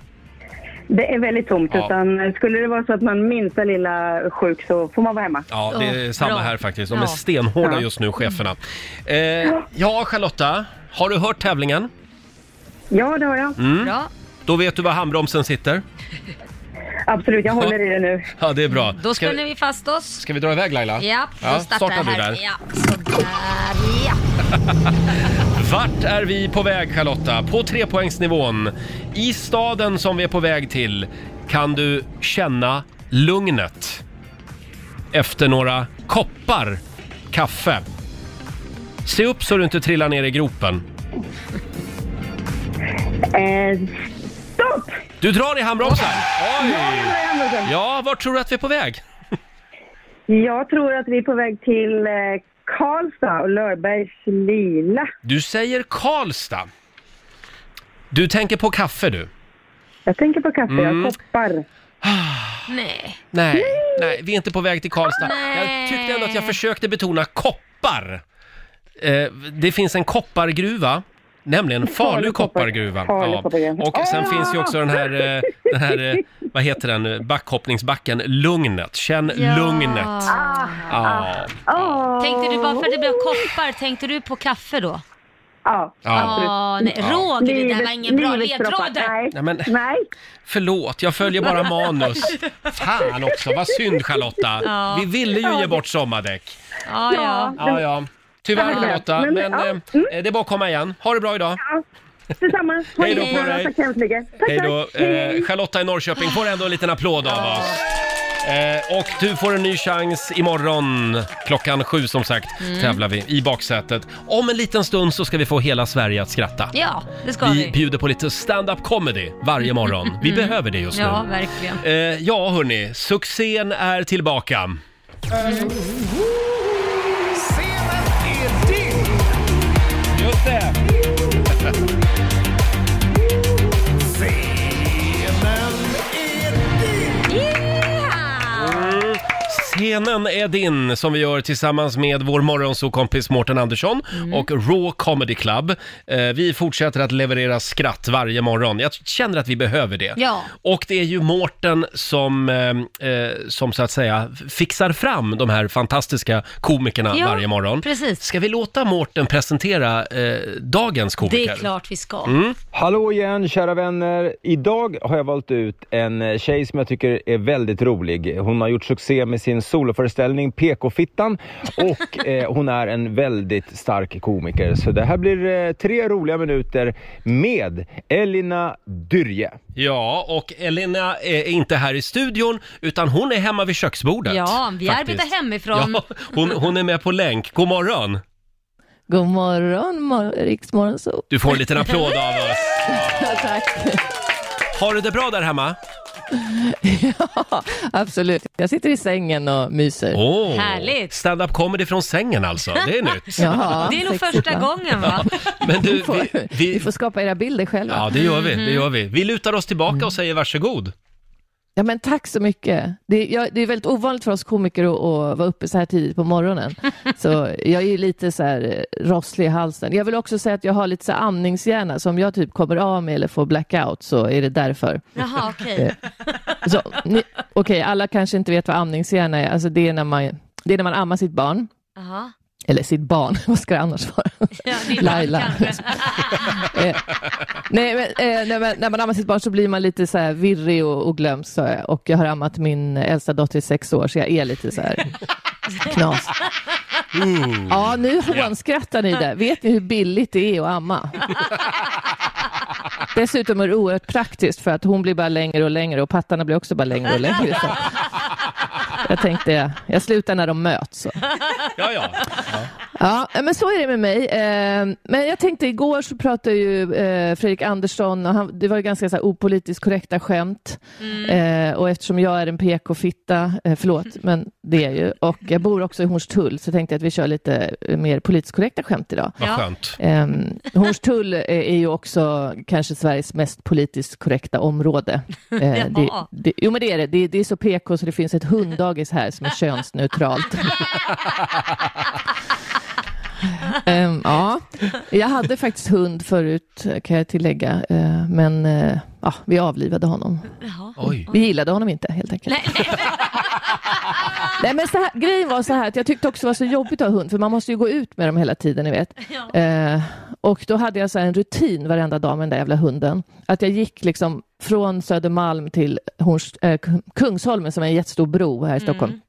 Speaker 7: Det är väldigt tomt.
Speaker 1: Ja.
Speaker 7: Utan eh, skulle det vara så att man minsta lilla sjuk så får man vara hemma.
Speaker 1: Ja, det är
Speaker 2: Ja,
Speaker 1: samma
Speaker 2: bra.
Speaker 1: här faktiskt. De är
Speaker 2: Ja. Mm.
Speaker 1: stenhårda
Speaker 7: Ja.
Speaker 1: just nu, cheferna. Eh, ja, Charlotta, har du hört tävlingen?
Speaker 7: Ja, det har jag.
Speaker 1: Mm.
Speaker 2: Bra.
Speaker 1: Då vet du var handbromsen sitter.
Speaker 7: Absolut, jag håller i det nu.
Speaker 1: Ja, det är bra.
Speaker 2: Då
Speaker 1: Mm, ska,
Speaker 2: spänner vi fast oss.
Speaker 1: ska vi dra iväg Laila?
Speaker 2: Ja, då startar
Speaker 1: startar
Speaker 2: jag
Speaker 1: du
Speaker 2: här.
Speaker 1: där.
Speaker 2: Ja, sådär. Ja.
Speaker 1: Vart är vi på väg Charlotta? På trepoängsnivån. I staden som vi är på väg till kan du känna lugnet efter några koppar kaffe. Se upp så du inte trillar ner i gropen.
Speaker 7: Eh, stopp!
Speaker 1: Du drar i handbromsen! Oj!
Speaker 7: Där är hemlösen.
Speaker 1: Ja, vart tror du att vi är på väg?
Speaker 7: Jag tror att vi är på väg till eh, Karlstad och Lörbergs Lila.
Speaker 1: Du säger Karlstad. Du tänker på kaffe du?
Speaker 7: Jag tänker på kaffe,
Speaker 1: Mm.
Speaker 7: jag koppar.
Speaker 2: Nej.
Speaker 7: Mm.
Speaker 1: Nej, nej, vi är inte på väg till Karlstad.
Speaker 2: Nej.
Speaker 1: Jag tyckte ändå att jag försökte betona koppar. Eh, det finns en koppargruva, nämligen Falu
Speaker 7: Falu koppar-
Speaker 1: koppargruva.
Speaker 7: Falu koppargruva.
Speaker 1: Och sen
Speaker 7: Ah!
Speaker 1: finns ju också den här, eh, den här eh, vad heter den, eh, backhoppningsbacken, Lugnet. Känn Lugnet.
Speaker 7: Ah.
Speaker 1: Ja.
Speaker 7: Åh.
Speaker 2: Ah, Tänkte du bara för att det blev koppar, tänkte du på kaffe då?
Speaker 7: Ja.
Speaker 1: Ja.
Speaker 2: Ja, nej. Roger, det där var ingen bra
Speaker 7: livets droppar.
Speaker 2: ledtråd.
Speaker 7: Nej.
Speaker 1: Nej, men-
Speaker 7: Nej.
Speaker 1: Förlåt, jag följer bara manus. Fan också, vad synd Charlotta.
Speaker 2: Ja.
Speaker 1: Vi ville ju ge bort sommardäck.
Speaker 2: Ja, ja.
Speaker 1: Ja, ja. Tyvärr
Speaker 7: Ja.
Speaker 1: Charlotta, men,
Speaker 7: Men, ja. Mm.
Speaker 1: eh, det är bara att komma igen. Ha det bra idag.
Speaker 7: Ja. Detsamma.
Speaker 1: Hej då
Speaker 7: Ha det
Speaker 1: på
Speaker 7: bra.
Speaker 1: dig.
Speaker 7: Tack så hemskt mycket. Tack,
Speaker 1: Hej då.
Speaker 7: tack. Hej, hej.
Speaker 1: Eh, Charlotta i Norrköping får ändå en liten applåd av oss. Eh, och du får en ny chans imorgon klockan sju som sagt tävlar vi i baksätet. Om en liten stund så ska vi få hela Sverige att skratta.
Speaker 2: Ja, det ska
Speaker 1: Vi
Speaker 2: vi.
Speaker 1: bjuder på lite stand-up comedy varje morgon. Vi behöver det just nu.
Speaker 2: Ja, verkligen.
Speaker 1: Eh, ja, hörni. Succén är tillbaka.
Speaker 8: Scenen
Speaker 1: just det!
Speaker 2: Yeah!
Speaker 1: Scenen är din som vi gör tillsammans med vår morgonsokompis Mårten Andersson
Speaker 2: Mm.
Speaker 1: och Raw Comedy Club. Eh, Vi fortsätter att leverera skratt varje morgon. Jag känner att vi behöver det.
Speaker 2: Ja.
Speaker 1: Och det är ju Mårten som, eh, eh, som så att säga fixar fram de här fantastiska komikerna
Speaker 2: Ja,
Speaker 1: varje morgon.
Speaker 2: precis.
Speaker 1: Ska vi låta Mårten presentera eh, dagens komiker?
Speaker 2: Det är klart vi ska.
Speaker 1: Mm.
Speaker 8: Hallå igen kära vänner! Idag har jag valt ut en eh, tjej som jag tycker är väldigt rolig. Hon har gjort succé med sin soloföreställning PK-fittan och eh, hon är en väldigt stark komiker. Så det här blir eh, tre roliga minuter med Elina Dyrje.
Speaker 1: Ja, och Elina är inte här i studion, utan hon är hemma vid köksbordet.
Speaker 2: Ja, vi
Speaker 1: faktiskt.
Speaker 2: arbetar hemifrån.
Speaker 1: Ja, hon, hon är med på länk. God morgon!
Speaker 9: God morgon, mor- Riksmorgon så.
Speaker 1: Du får en liten applåd av oss.
Speaker 9: Tack.
Speaker 1: Har du det bra där hemma?
Speaker 9: Ja, absolut. Jag sitter i sängen och myser.
Speaker 1: Oh,
Speaker 2: Härligt.
Speaker 1: Stand-up comedy från sängen alltså, det är nytt.
Speaker 9: Jaha,
Speaker 2: det är nog
Speaker 9: sexigt,
Speaker 2: första
Speaker 9: va?
Speaker 2: gången va?
Speaker 1: Men
Speaker 9: Ni
Speaker 1: du,
Speaker 9: får,
Speaker 1: vi,
Speaker 9: ni
Speaker 1: vi,
Speaker 9: får skapa era bilder själva.
Speaker 1: ja
Speaker 9: Ja.
Speaker 1: det gör vi, det gör vi. Vi lutar oss tillbaka och säger varsågod.
Speaker 9: men tack så mycket. Det, jag, det är väldigt ovanligt för oss komiker att, att vara uppe så här tidigt på morgonen. Så jag är ju lite så här eh, rosslig i halsen. Jag vill också säga att jag har lite så här amningshjärna, så om jag typ kommer av mig eller får blackout så är det därför.
Speaker 2: Jaha, okej.
Speaker 9: Eh. Så, ni- Okej, alla kanske inte vet vad amningshjärna är. Alltså det är när man, det är när man ammar sitt barn.
Speaker 2: Jaha.
Speaker 9: Eller sitt barn, vad ska det annars vara?
Speaker 2: Ja, det är
Speaker 9: Laila.
Speaker 2: kanske.
Speaker 9: Eh, nej, men, eh, när, man, när man ammar sitt barn så blir man lite så här virrig och, och glömsk, sa jag. Och jag har ammat min äldsta dotter i sex år, så jag är lite så här knas. Ja, nu hånskrattar ni det. Vet ni hur billigt det är att amma? Dessutom är det oerhört praktiskt för att hon blir bara längre och längre och pattarna blir också bara längre och längre. Så jag tänkte, jag slutar när de möts. Så.
Speaker 1: Ja, ja.
Speaker 9: Ja, men så är det med mig. Eh, Men jag tänkte igår så pratade ju eh, Fredrik Andersson och han, det var ju ganska så här opolitiskt korrekta skämt. Eh, Och eftersom jag är en PK-fitta, eh, förlåt, men det är jag ju. Och jag bor också i Hornstull så tänkte jag att vi kör lite eh, mer politiskt korrekta skämt idag.
Speaker 1: Vad
Speaker 2: Ja.
Speaker 1: skönt.
Speaker 9: Eh, Hornstull eh, är ju också kanske Sveriges mest politiskt korrekta område. Eh, det,
Speaker 2: Jaha.
Speaker 9: det, jo men det är det. det. Det är så PK så det finns ett hunddagis här som är könsneutralt. Ehm, ja, jag hade faktiskt hund förut kan jag tillägga. eh, men eh, ja, vi avlivade honom.
Speaker 2: Jaha.
Speaker 1: Oj.
Speaker 9: Vi gillade honom inte helt enkelt.
Speaker 2: Nej, nej.
Speaker 9: Nej, men så här, grejen var så här att jag tyckte också det var så jobbigt att ha hund, för man måste ju gå ut med dem hela tiden, ni vet.
Speaker 2: Ja.
Speaker 9: Eh, och då hade jag så här en rutin varenda dag med den där jävla hunden. Att jag gick liksom från Södermalm till Horns, eh, Kung- Kungsholmen, som är en jättestor bro här i Stockholm.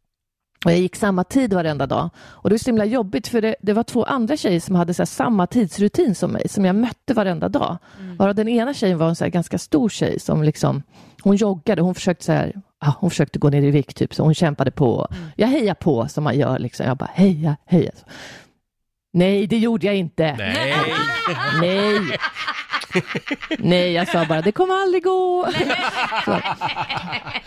Speaker 9: Och jag gick samma tid varenda dag. Och det var så himla jobbigt för det, det var två andra tjejer som hade så här samma tidsrutin som mig, som jag mötte varenda dag. Varav den ena tjejen var en så här ganska stor tjej som liksom, hon joggade, hon försökte så här, ah, hon försökte gå ner i vikt typ, så hon kämpade på. Jag hejar på som man gör liksom, jag bara heja, heja. Nej, det gjorde jag inte.
Speaker 1: Nej.
Speaker 9: Nej. Nej, jag sa bara, det kommer aldrig gå.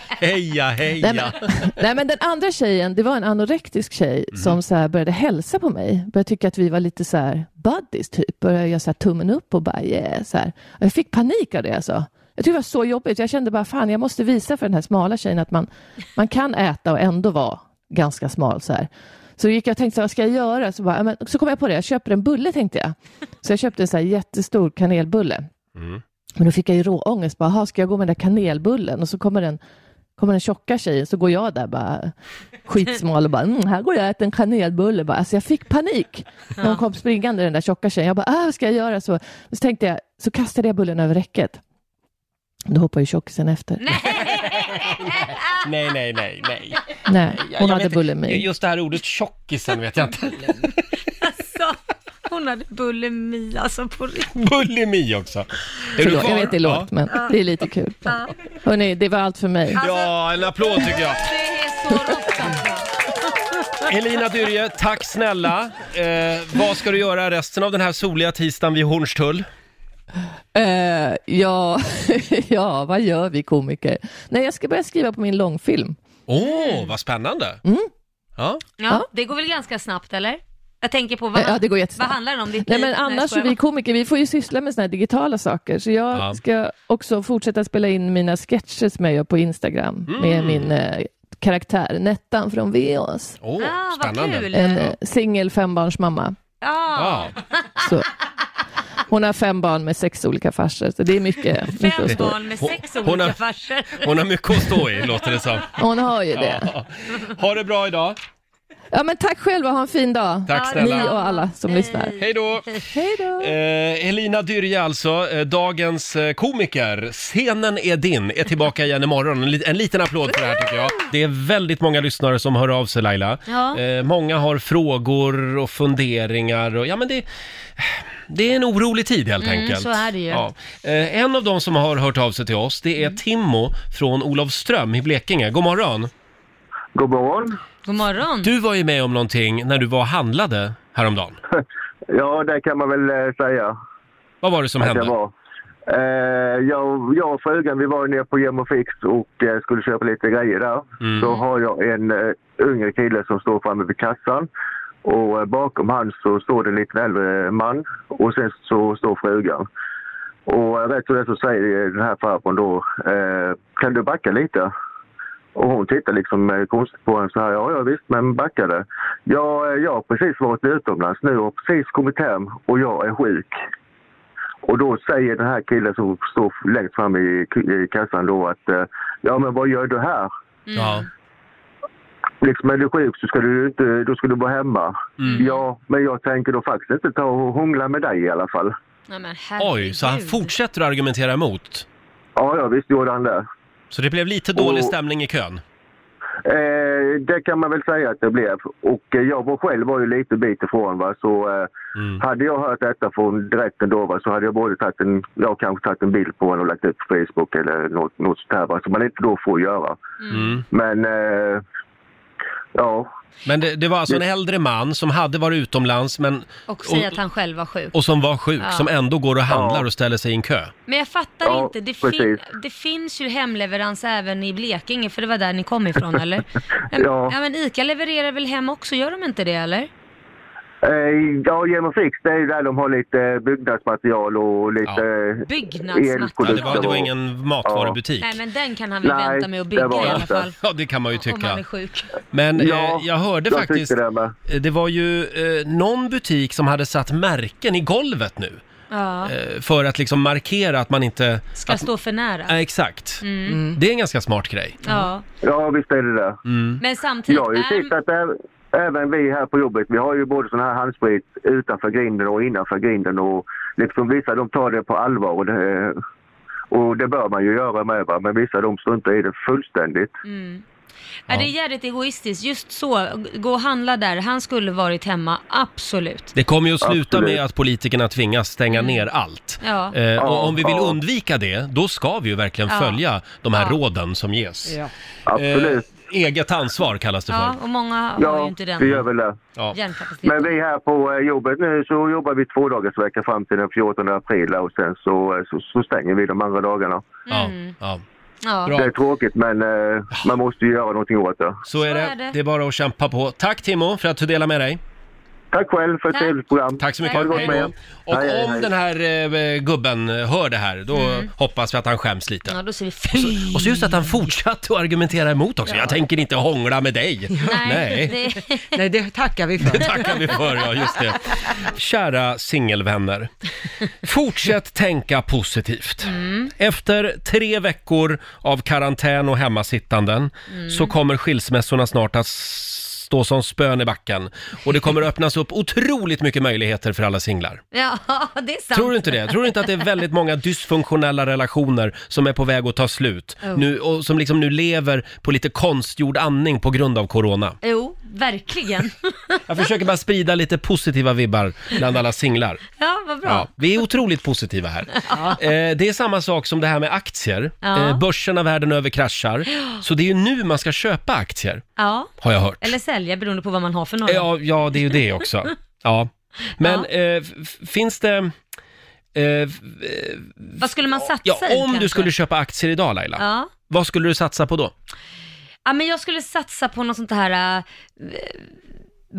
Speaker 1: Heja,
Speaker 9: Nej
Speaker 1: heja.
Speaker 9: men, nej men den andra tjejen, det var en anorektisk tjej som så här började hälsa på mig. Började tycka att vi var lite så här buddies typ. Började göra så här tummen upp och bara yeah. Så här. Och Jag fick panik av det alltså. Jag tyckte det var så jobbigt. Jag kände bara fan jag måste visa för den här smala tjejen att man, man kan äta och ändå vara ganska smal så här. Så gick jag och tänkte, så här, vad ska jag göra? Så, bara, ja, men, så kom jag på det, jag köper en bulle tänkte jag. Så jag köpte en så här jättestor kanelbulle. Men då fick jag ju råångest, bara, "Aha, ska jag gå med den där kanelbullen? Och så kommer den kommer den tjocka tjejen så går jag där bara skitsmal och bara mm, här går jag och äter en kanelbulle. Bara, alltså jag fick panik när hon kom springande den där tjocka tjejen. Jag bara äh, vad ska jag göra? Så, så tänkte jag, så kastade jag bullen över räcket. Då hoppar ju tjockisen efter. Nej,
Speaker 1: Nej, nej, nej, nej. Jag-
Speaker 9: hon
Speaker 1: jag
Speaker 9: hade
Speaker 1: vet-
Speaker 9: bullen mig.
Speaker 1: Just det här ordet tjockisen vet jag inte.
Speaker 2: Alltså, hon hade bulimi alltså på riktigt.
Speaker 1: Bulimi också. Är du
Speaker 9: Förlåt, jag
Speaker 1: kvar?
Speaker 9: vet det är lågt,
Speaker 1: Ja.
Speaker 9: men det är lite kul. Hörni, det var allt för mig.
Speaker 1: Ja, en applåd tycker jag.
Speaker 2: Det är så rått alltså.
Speaker 1: Elina Dyrje, tack snälla. Eh, vad ska du göra resten av den här soliga tisdagen vid Hornstull?
Speaker 9: Eh, ja, ja, vad gör vi komiker? Nej, jag ska börja skriva på min långfilm.
Speaker 2: Mm.
Speaker 1: Åh, vad spännande! Ja.
Speaker 2: Ja, det går väl ganska snabbt eller? Jag tänker på vad,
Speaker 9: Eh, Ja, det går jättesnabbt.
Speaker 2: vad handlar den om? Ditt
Speaker 9: Nej
Speaker 2: liv?
Speaker 9: men
Speaker 2: jag
Speaker 9: annars,
Speaker 2: skojar.
Speaker 9: vi komiker, vi får ju syssla med såna här digitala saker. Så jag
Speaker 1: Ja.
Speaker 9: ska också fortsätta spela in mina sketcher som jag gör på Instagram
Speaker 1: Mm.
Speaker 9: med min eh, karaktär Nettan från Veås.
Speaker 1: Åh,
Speaker 2: ah,
Speaker 1: spännande.
Speaker 2: Vad kul.
Speaker 9: En eh, singel fembarnsmamma.
Speaker 2: Ja,
Speaker 1: Ja,
Speaker 9: Så. Hon har fem barn med sex olika farsor, så det är mycket, mycket att
Speaker 2: fem
Speaker 9: stå.
Speaker 2: barn med
Speaker 1: Hon-
Speaker 2: sex
Speaker 1: hon har-
Speaker 2: olika farsor.
Speaker 1: hon har mycket att stå i, låter det som.
Speaker 9: Hon har ju det.
Speaker 1: Ja. Ha det bra idag.
Speaker 9: Ja, men tack själv och ha en fin dag.
Speaker 1: Tack
Speaker 2: Ja,
Speaker 9: Ni
Speaker 1: snälla.
Speaker 9: och alla som lyssnar.
Speaker 1: Hej då!
Speaker 9: Hej då!
Speaker 1: Eh, Elina Dyrje alltså, eh, dagens eh, komiker. Scenen är din, är tillbaka igen imorgon. En, li- en liten applåd för det här tycker jag. Det är väldigt många lyssnare som hör av sig Laila.
Speaker 2: Ja.
Speaker 1: Eh, många har frågor och funderingar och ja men det... Det är en orolig tid helt
Speaker 2: Mm,
Speaker 1: enkelt.
Speaker 2: så är det ju. Mm.
Speaker 1: Ja. Eh, en av de som har hört av sig till oss, det är Timmo från Olofström i Blekinge. God morgon!
Speaker 10: God morgon.
Speaker 2: God morgon.
Speaker 1: Du var ju med om någonting när du var och handlade häromdagen.
Speaker 10: Ja, det kan man väl eh, säga
Speaker 1: Vad var det som
Speaker 10: att jag
Speaker 1: hände?
Speaker 10: var. Eh, jag, jag och frugan, vi var nere på Gem och Fix och eh, skulle köpa lite grejer där.
Speaker 1: Mm.
Speaker 10: Så har jag en eh, yngre kille som står framme vid kassan. Och eh, bakom han så står det en liten äldre man och sen så står frugan. Och eh, rätt som det så säger den här farbrorn då, eh, kan du backa lite? Och hon tittar liksom eh, konstigt på en så här, ja, ja visst, men backade. Ja, eh, jag har precis varit utomlands nu och precis kommit hem och jag är sjuk. Och då säger den här killen som står längst fram i, k- i kassan då att eh, ja men vad gör du här?
Speaker 2: Mm.
Speaker 1: Ja.
Speaker 10: Liksom är du sjuk så ska du ju inte, då ska du vara hemma.
Speaker 1: Mm.
Speaker 10: Ja, men jag tänker då faktiskt inte ta och hångla med dig i alla fall.
Speaker 2: Nej, men
Speaker 1: Oj, så han
Speaker 2: herregud.
Speaker 1: fortsätter att argumentera emot.
Speaker 10: Ja, ja visst gjorde han det.
Speaker 1: Så det blev lite dålig
Speaker 10: Och-
Speaker 1: stämning i kön.
Speaker 10: Eh, det kan man väl säga att det blev. Och eh, jag var själv var ju lite bit ifrån va så eh,
Speaker 1: Mm.
Speaker 10: hade jag hört detta från direkten då va så hade jag både tagit en, jag kanske tagit en bild på honom och lagt upp på Facebook eller något, något sånt här va som man inte då får göra.
Speaker 1: Mm.
Speaker 10: Men eh, ja,
Speaker 1: Men det, det var alltså en äldre man som hade varit utomlands men,
Speaker 2: Och säga
Speaker 1: och-
Speaker 2: att han själv var sjuk.
Speaker 1: och som var sjuk,
Speaker 2: Ja.
Speaker 1: som ändå går och handlar
Speaker 10: Ja.
Speaker 1: och ställer sig i en kö.
Speaker 2: Men jag fattar
Speaker 10: Ja,
Speaker 2: inte, det, fin
Speaker 10: precis.
Speaker 2: det finns ju hemleverans även i Blekinge, för det var där ni kom ifrån eller? Men,
Speaker 10: Ja.
Speaker 2: ja men ICA levererar väl hem också, gör de inte det eller?
Speaker 10: Eh, Ja, Gem och Fix, det är ju där de har lite byggnadsmaterial och lite... eh,
Speaker 2: Byggnadsmaterial.
Speaker 1: Ja,
Speaker 10: elprodukter
Speaker 1: det, var, det var ingen matvarubutik.
Speaker 2: Nej men den kan han väl
Speaker 10: Nej,
Speaker 2: vänta med att
Speaker 10: det
Speaker 2: bygga
Speaker 10: var
Speaker 2: i
Speaker 10: det
Speaker 2: alla
Speaker 10: inte.
Speaker 2: fall.
Speaker 1: Ja, det kan man ju
Speaker 2: Om han är
Speaker 1: tycka.
Speaker 2: sjuk.
Speaker 1: Men
Speaker 10: Ja,
Speaker 1: eh, jag hörde
Speaker 10: jag
Speaker 1: faktiskt,
Speaker 10: tyckte det med.
Speaker 1: eh, det var ju eh, någon butik som hade satt märken i golvet nu.
Speaker 2: Ja,
Speaker 1: Eh, för att liksom markera att man inte...
Speaker 2: ska Mm.
Speaker 1: att,
Speaker 2: stå för nära.
Speaker 1: eh, exakt. Det är en ganska smart grej.
Speaker 2: Ja.
Speaker 10: Ja, visst är det det.
Speaker 1: Mm.
Speaker 2: Men samtidigt,
Speaker 10: Jag har ju
Speaker 2: är,
Speaker 10: sett att ä- även vi här på jobbet, vi har ju både sån här handsprit utanför grinden och innanför grinden och liksom vissa de tar det på allvar och det, och det bör man ju göra med va? men vissa de struntar i det fullständigt.
Speaker 2: är det jävligt egoistiskt. Just så, gå och handla där. Han skulle varit hemma, absolut.
Speaker 1: Det kommer ju att sluta
Speaker 10: Absolut.
Speaker 1: med att politikerna tvingas stänga ner allt.
Speaker 2: Mm. Ja.
Speaker 1: Eh,
Speaker 10: Ja,
Speaker 1: och om vi vill
Speaker 10: ja.
Speaker 1: undvika det, då ska vi ju verkligen
Speaker 2: Ja.
Speaker 1: följa de här
Speaker 2: Ja.
Speaker 1: råden som ges.
Speaker 3: Ja.
Speaker 1: Eh,
Speaker 10: Absolut,
Speaker 1: eget ansvar kallas det
Speaker 2: Ja,
Speaker 1: för.
Speaker 2: och många har ju
Speaker 10: ja
Speaker 2: inte
Speaker 10: vi
Speaker 2: den
Speaker 10: gör väl det.
Speaker 1: Ja.
Speaker 2: hjärnkapaciteten.
Speaker 10: Men vi här på eh, jobbet nu så jobbar vi två dagars vecka fram till den 14 april och sen så, eh, så, så stänger vi de andra dagarna.
Speaker 1: Ja.
Speaker 2: Mm.
Speaker 1: Ja.
Speaker 2: Ja.
Speaker 1: Bra.
Speaker 10: Det är tråkigt men eh, man måste ju göra någonting åt det.
Speaker 1: Så är
Speaker 2: är
Speaker 1: det.
Speaker 2: det.
Speaker 1: Det är bara att kämpa på. Tack Timo för att du delade med dig.
Speaker 10: Tack själv för ett
Speaker 2: Tack.
Speaker 10: trevligt program.
Speaker 1: Tack så mycket.
Speaker 10: Ha det
Speaker 1: Hej
Speaker 10: gott med
Speaker 1: då.
Speaker 10: er.
Speaker 1: Och
Speaker 10: Hej, hej,
Speaker 1: om
Speaker 10: hej.
Speaker 1: den här eh, gubben hör det här, då hoppas vi att han skäms lite.
Speaker 2: Mm. Ja, då säger vi fy.
Speaker 1: Och så just att han fortsatte att argumentera emot också. Jag tänker inte hångla med dig.
Speaker 2: Nej, det,
Speaker 3: Nej, det tackar vi för.
Speaker 1: Det tackar vi för, ja just det. Kära singelvänner. Fortsätt tänka positivt. Efter tre veckor av karantän och hemmasittanden så kommer skilsmässorna snart att stå som spön i backen. Och det kommer att öppnas upp otroligt mycket möjligheter för alla singlar.
Speaker 2: ja, det är sant.
Speaker 1: Tror du inte det? Tror du inte att det är väldigt många dysfunktionella relationer som är på väg att ta slut?
Speaker 2: Jo.
Speaker 1: Nu, och som liksom nu lever på lite konstgjord andning på grund av corona.
Speaker 2: Jo, verkligen.
Speaker 1: Jag försöker bara sprida lite positiva vibbar bland alla singlar.
Speaker 2: Ja, vad bra.
Speaker 1: Ja, vi är otroligt positiva här. Eh, det är samma sak som det här med aktier.
Speaker 2: Ja.
Speaker 1: Eh, börserna världen över kraschar. Så det är ju nu man ska köpa aktier,
Speaker 2: Ja.
Speaker 1: har jag hört.
Speaker 2: Eller sälja beroende på vad man har för några.
Speaker 1: Ja, ja, det är ju det också. Ja. Men eh, f- f- finns det... Eh, f- eh,
Speaker 2: Vad skulle man satsa
Speaker 1: ja,
Speaker 2: i
Speaker 1: om du
Speaker 2: kanske?
Speaker 1: skulle köpa aktier idag Laila,
Speaker 2: Ja.
Speaker 1: vad skulle du satsa på då?
Speaker 2: ja, men jag skulle satsa på något sånt här, eh, äh,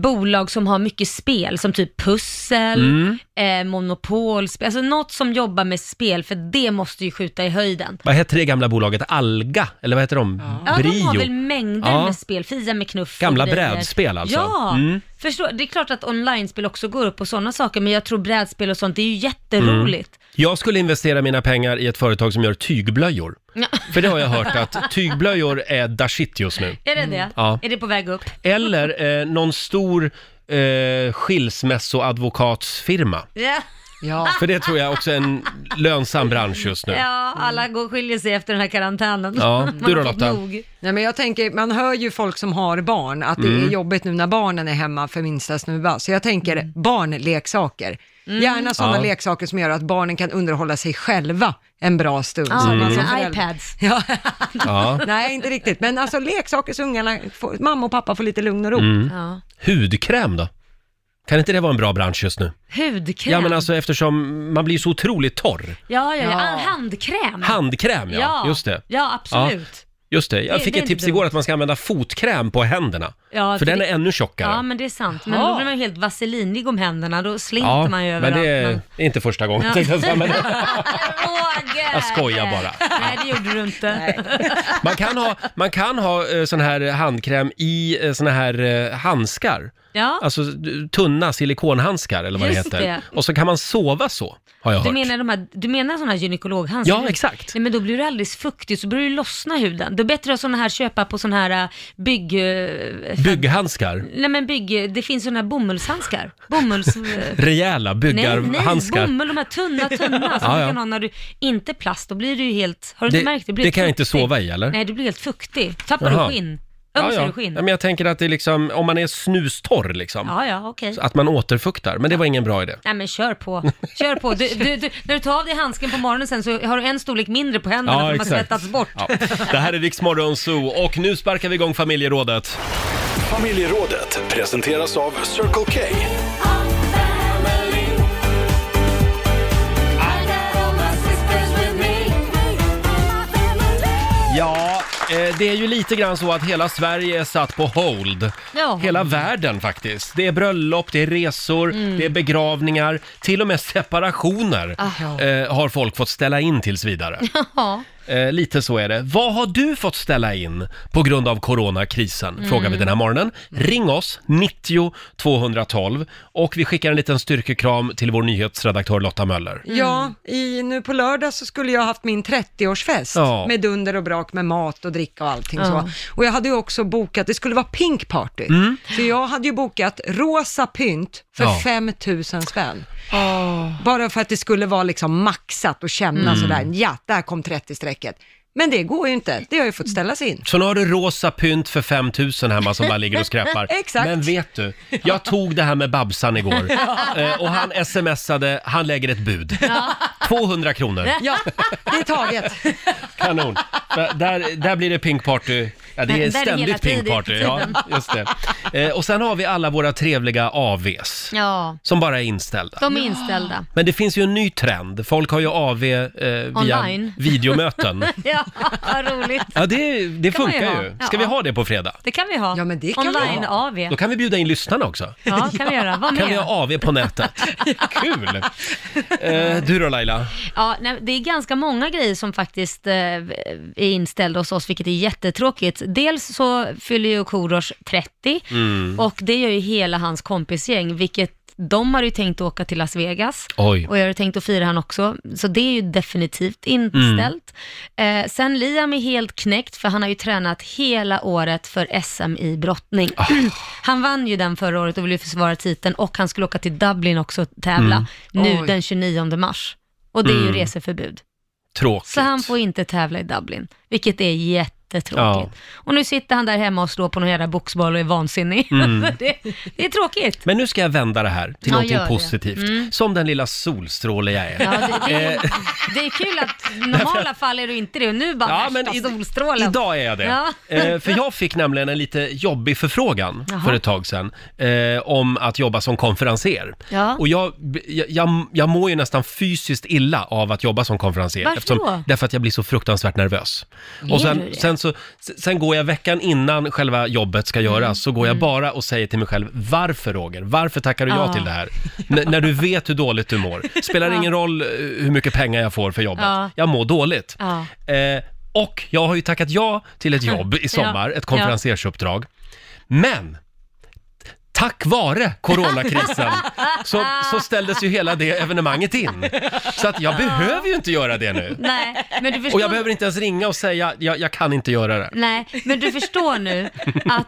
Speaker 2: bolag som har mycket spel, som typ pussel,
Speaker 1: Mm.
Speaker 2: eh, monopolspel, alltså något som jobbar med spel, för det måste ju skjuta i höjden.
Speaker 1: Vad heter det gamla bolaget? Alga? Eller vad heter de?
Speaker 2: Ja,
Speaker 1: Brio?
Speaker 2: de har väl mängder
Speaker 1: Ja.
Speaker 2: med spel, Fia med knuff och
Speaker 1: Gamla
Speaker 2: grejer.
Speaker 1: brädspel alltså.
Speaker 2: Ja,
Speaker 1: Mm.
Speaker 2: förstå, det är klart att online-spel också går upp och sådana saker, men jag tror brädspel och sånt, det är ju jätteroligt.
Speaker 1: Mm. Jag skulle investera mina pengar i ett företag som gör tygblöjor.
Speaker 2: Ja.
Speaker 1: För det har jag hört att tygblöjor är da shit just nu.
Speaker 2: Är det det?
Speaker 1: Mm. Ja.
Speaker 2: Är det på väg upp?
Speaker 1: Eller eh, någon stor eh, skilsmässoadvokatsfirma.
Speaker 2: Ja.
Speaker 1: För det tror jag också är en lönsam bransch just nu.
Speaker 2: Ja, alla går och skiljer sig efter den här karantänen.
Speaker 1: Ja,
Speaker 2: Man
Speaker 1: du då,
Speaker 2: har fått
Speaker 1: Lotta?
Speaker 2: nog.
Speaker 3: Nej, men jag tänker, man hör ju folk som har barn att det
Speaker 1: Mm.
Speaker 3: är jobbigt nu när barnen är hemma för minsta snuva. Så jag tänker barnleksaker. Gärna sådana
Speaker 1: Ja.
Speaker 3: leksaker som gör att barnen kan underhålla sig själva en bra stund.
Speaker 2: Ja,
Speaker 3: Så
Speaker 2: mm.
Speaker 3: man som
Speaker 2: alltså
Speaker 3: förälder-
Speaker 2: iPads.
Speaker 3: Ja.
Speaker 1: Ja.
Speaker 3: Nej, inte riktigt. Men alltså leksaker så ungarna, får, mamma och pappa får lite lugn och ro.
Speaker 1: Mm.
Speaker 2: Ja.
Speaker 1: Hudkräm då? Kan inte det vara en bra bransch just nu?
Speaker 2: Hudkräm.
Speaker 1: Ja men alltså eftersom man blir så otroligt torr.
Speaker 2: ja, ja, ja.
Speaker 3: Ja.
Speaker 2: Ah, Handkräm.
Speaker 1: Handkräm ja, just det.
Speaker 2: Ja, absolut.
Speaker 1: Just det, jag
Speaker 2: Det-
Speaker 1: fick
Speaker 2: det är
Speaker 1: ett
Speaker 2: inte
Speaker 1: tips
Speaker 2: dumt.
Speaker 1: igår att man ska använda fotkräm på händerna.
Speaker 2: Ja,
Speaker 1: för
Speaker 2: det-
Speaker 1: den är ännu
Speaker 2: Ja,
Speaker 1: tjockare.
Speaker 2: men det är sant. Men
Speaker 3: Jaha.
Speaker 2: då blir man ju helt vaselinig om händerna, då slinter
Speaker 1: Ja,
Speaker 2: man ju
Speaker 1: men
Speaker 2: överallt.
Speaker 1: det är,
Speaker 2: men-
Speaker 1: det är inte första gången tänkte jag säga. Men
Speaker 2: Roger!
Speaker 1: jag skojar bara.
Speaker 2: Nej, det gjorde du inte.
Speaker 1: Man kan ha, man kan ha eh, sån här handkräm i eh, såna här eh, handskar.
Speaker 2: Ja,
Speaker 1: Alltså d- tunna silikonhandskar eller vad
Speaker 2: Just
Speaker 1: det heter.
Speaker 2: det.
Speaker 1: Och så kan man sova så, har jag
Speaker 2: du
Speaker 1: hört.
Speaker 2: menar, de här, du menar sådana här gynekologhandskar?
Speaker 1: Ja, exakt.
Speaker 2: Nej, men då blir du alldeles fuktig, så börjar du lossna huden. Då är det bättre att ha sådana här, köpa på sådana här äh, bygg... äh,
Speaker 1: Bygghandskar.
Speaker 2: Nej men bygg, eh, det finns sådana här bomullshandskar. Bomulls... eh,
Speaker 1: Rejäla
Speaker 2: Nej, nej,
Speaker 1: byggarhandskar.
Speaker 2: bomull, de här tunna, tunna som
Speaker 1: Ja,
Speaker 2: du
Speaker 1: ja.
Speaker 2: kan ha när du, inte plast, då blir du ju helt, har du inte märkt? Du blir
Speaker 1: det
Speaker 2: helt
Speaker 1: kan jag inte
Speaker 2: fuktig.
Speaker 1: sova i eller?
Speaker 2: Nej, du blir helt fuktig. Tappar
Speaker 1: Jaha.
Speaker 2: du skinn? Ömsar du skinn?
Speaker 1: Ja, men jag tänker att det är liksom, om man är snustorr liksom,
Speaker 2: Ja, ja, okej.
Speaker 1: så att man återfuktar. Men det var ingen bra idé.
Speaker 2: Nej men kör på, kör på. Du, du, du, när du tar av dig handsken på morgonen sen så har du en storlek mindre på händerna för
Speaker 1: Ja,
Speaker 2: de har
Speaker 1: exakt.
Speaker 2: svettats bort.
Speaker 1: Ja. Det här är Rix Morgon Zoo och nu sparkar vi igång familjerådet.
Speaker 4: Familjerådet presenteras av Circle K.
Speaker 1: Ja, eh, det är ju lite grann så att hela Sverige är satt på hold.
Speaker 2: Ja.
Speaker 1: Hela världen faktiskt. Det är bröllop, det är resor,
Speaker 2: Mm.
Speaker 1: det är begravningar, till och med separationer eh, har folk fått ställa in tills vidare.
Speaker 2: Ah. Ja.
Speaker 1: Eh, lite så är det. Vad har du fått ställa in på grund av coronakrisen?
Speaker 2: Mm.
Speaker 1: Frågar vi den här morgonen. Ring oss, 90 212 och vi skickar en liten styrkekram till vår nyhetsredaktör Lotta Möller.
Speaker 3: Ja, i, nu på lördag så skulle jag haft min 30-årsfest
Speaker 1: Ja.
Speaker 3: med dunder och brak med mat och dricka och allting
Speaker 2: Ja.
Speaker 3: så. Och jag hade ju också bokat, det skulle vara pink party. Så jag hade ju bokat rosa pynt för
Speaker 1: Mm. Ja.
Speaker 3: 5 000 spänn. Bara för att det skulle vara liksom maxat och känna
Speaker 1: Mm.
Speaker 3: sådär, ja, där kom 30-strecket. Men det går ju inte, det har ju fått ställas in.
Speaker 1: Så nu har du rosa pynt för 5 000 hemma som bara ligger och skräpar.
Speaker 3: Exakt.
Speaker 1: Men vet du, jag tog det här med Babsan igår eh, och han smsade, han lägger ett bud. 200 kronor,
Speaker 3: Ja, det är taget.
Speaker 1: kanon. Där- Där, där blir det pink party.
Speaker 2: Där-
Speaker 1: Ja, det
Speaker 2: där
Speaker 1: är
Speaker 2: är hela
Speaker 1: ständigt
Speaker 2: tiden.
Speaker 1: pink party. Ja, just det. Eh, Och sen har vi alla våra trevliga AVs
Speaker 2: ja,
Speaker 1: som bara är inställda.
Speaker 2: de är inställda.
Speaker 1: Men det finns ju en ny trend. Folk har ju AV eh, via
Speaker 2: Online.
Speaker 1: videomöten.
Speaker 2: Ja, vad roligt.
Speaker 1: Ja, det, det
Speaker 2: kan man ju
Speaker 1: funkar
Speaker 2: ha.
Speaker 1: ju. Ska
Speaker 2: Ja.
Speaker 1: vi ha det på fredag?
Speaker 2: Det kan vi ha.
Speaker 3: Ja, men det kan vi ha.
Speaker 2: Online AV.
Speaker 1: Då kan vi bjuda in lyssnarna också.
Speaker 2: Ja, kan vi göra. Var med.
Speaker 1: Kan vi ha AV på nätet? Kul! Eh, du då Laila?
Speaker 2: Ja, nej, det är ganska många grejer som faktiskt eh, är inställda hos oss, vilket är jättetråkigt. Dels så fyller ju Korosh 30
Speaker 1: Mm.
Speaker 2: och det gör ju hela hans kompisgäng, vilket de har ju tänkt åka till Las Vegas.
Speaker 1: Oj.
Speaker 2: Och jag hade tänkt att fira han också, så det är ju definitivt inställt. Eh, sen Liam är helt knäckt, för han har ju tränat hela året för SM i brottning. Han vann ju den förra året och ville försvara titeln och han skulle åka till Dublin också och tävla, nu
Speaker 3: Oj.
Speaker 2: den 29 mars. Och det är ju reseförbud.
Speaker 1: Tråkigt.
Speaker 2: Så han får inte tävla i Dublin, vilket är jättetråkigt. Och nu sitter han där hemma och slår på någon jävla boxboll och är vansinnig. det, det är tråkigt.
Speaker 1: Men nu ska jag vända det här till
Speaker 2: Ja,
Speaker 1: någonting
Speaker 2: gör det. Mm.
Speaker 1: positivt. Som den lilla solstråle jag är.
Speaker 2: Ja, det, det,
Speaker 1: Eh.
Speaker 2: är, det är kul att i normala fall är du inte det och nu bara
Speaker 1: Ja,
Speaker 2: värsta
Speaker 1: men i-
Speaker 2: solstrålen.
Speaker 1: Idag är jag det.
Speaker 2: Ja.
Speaker 1: Eh, för jag fick nämligen en lite jobbig förfrågan
Speaker 2: Jaha.
Speaker 1: för ett tag sedan eh, om att jobba som konferenser.
Speaker 2: Ja.
Speaker 1: Och jag, jag, jag, jag mår ju nästan fysiskt illa av att jobba som konferenser.
Speaker 2: Varför
Speaker 1: eftersom,
Speaker 2: då?
Speaker 1: Därför att jag blir så fruktansvärt nervös.
Speaker 2: Är
Speaker 1: Och sen,
Speaker 2: du det?
Speaker 1: sen så så, s- sen går jag veckan innan själva jobbet ska göras,
Speaker 2: Mm.
Speaker 1: så går jag bara och säger till mig själv, varför Roger? Varför tackar du ja
Speaker 2: Ja.
Speaker 1: till det här? N- när du vet hur dåligt du mår. Spelar
Speaker 2: Ja.
Speaker 1: ingen roll eh, hur mycket pengar jag får för jobbet.
Speaker 2: Ja.
Speaker 1: Jag mår dåligt.
Speaker 2: Ja.
Speaker 1: Eh, och jag har ju tackat ja till ett jobb i sommar,
Speaker 2: Ja.
Speaker 1: ett konferensersuppdrag. Men tack vare coronakrisen så, så ställdes ju hela det evenemanget in. Så att jag behöver ju inte göra det nu.
Speaker 2: Nej, men du förstår
Speaker 1: Och jag behöver inte ens ringa och säga, jag, jag kan inte göra det.
Speaker 2: Nej, men du förstår nu att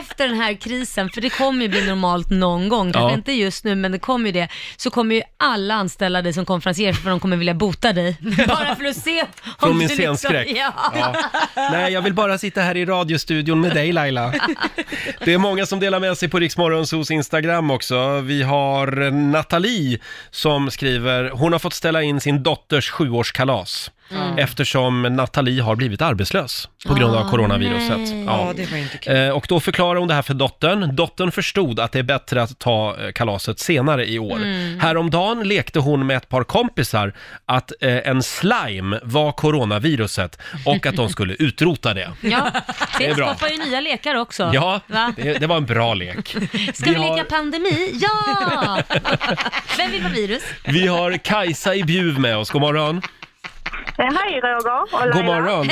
Speaker 2: efter den här krisen, för det kommer ju bli normalt någon gång, kanske
Speaker 1: Ja.
Speaker 2: inte just nu men det kommer ju det, så kommer ju alla anställa dig som konferenser för de kommer vilja bota dig. Bara för att se om
Speaker 1: Från min
Speaker 2: du liksom-
Speaker 1: scenskräck.
Speaker 2: Ja.
Speaker 1: Ja. Nej, jag vill bara sitta här i radiostudion med dig Laila. Det är många som delar med sig på Riksmorgonsos Instagram också. Vi har Nathalie som skriver, hon har fått ställa in sin dotters sjuårskalas.
Speaker 11: Mm.
Speaker 1: Eftersom Nathalie har blivit arbetslös på grund av
Speaker 11: Ah,
Speaker 1: coronaviruset.
Speaker 11: nej. Ja, det var inte
Speaker 1: Eh, Och då förklarar hon det här för dottern. Dottern förstod att det är bättre att ta eh, kalaset senare i år.
Speaker 11: Mm.
Speaker 1: Häromdagen lekte hon med ett par kompisar att eh, en slime var coronaviruset och att de skulle utrota det.
Speaker 2: Ja,
Speaker 1: Det är
Speaker 2: det
Speaker 1: bra.
Speaker 2: skapar ju nya lekar också.
Speaker 1: Ja,
Speaker 2: Va?
Speaker 1: det, det var en bra lek.
Speaker 2: Ska vi,
Speaker 1: vi har-
Speaker 2: leka pandemi? Ja! Vem vill vara virus?
Speaker 1: Vi har Kajsa i Bjuv med oss, god morgon.
Speaker 12: Eh, Hej Roger och Laila.
Speaker 1: God morgon.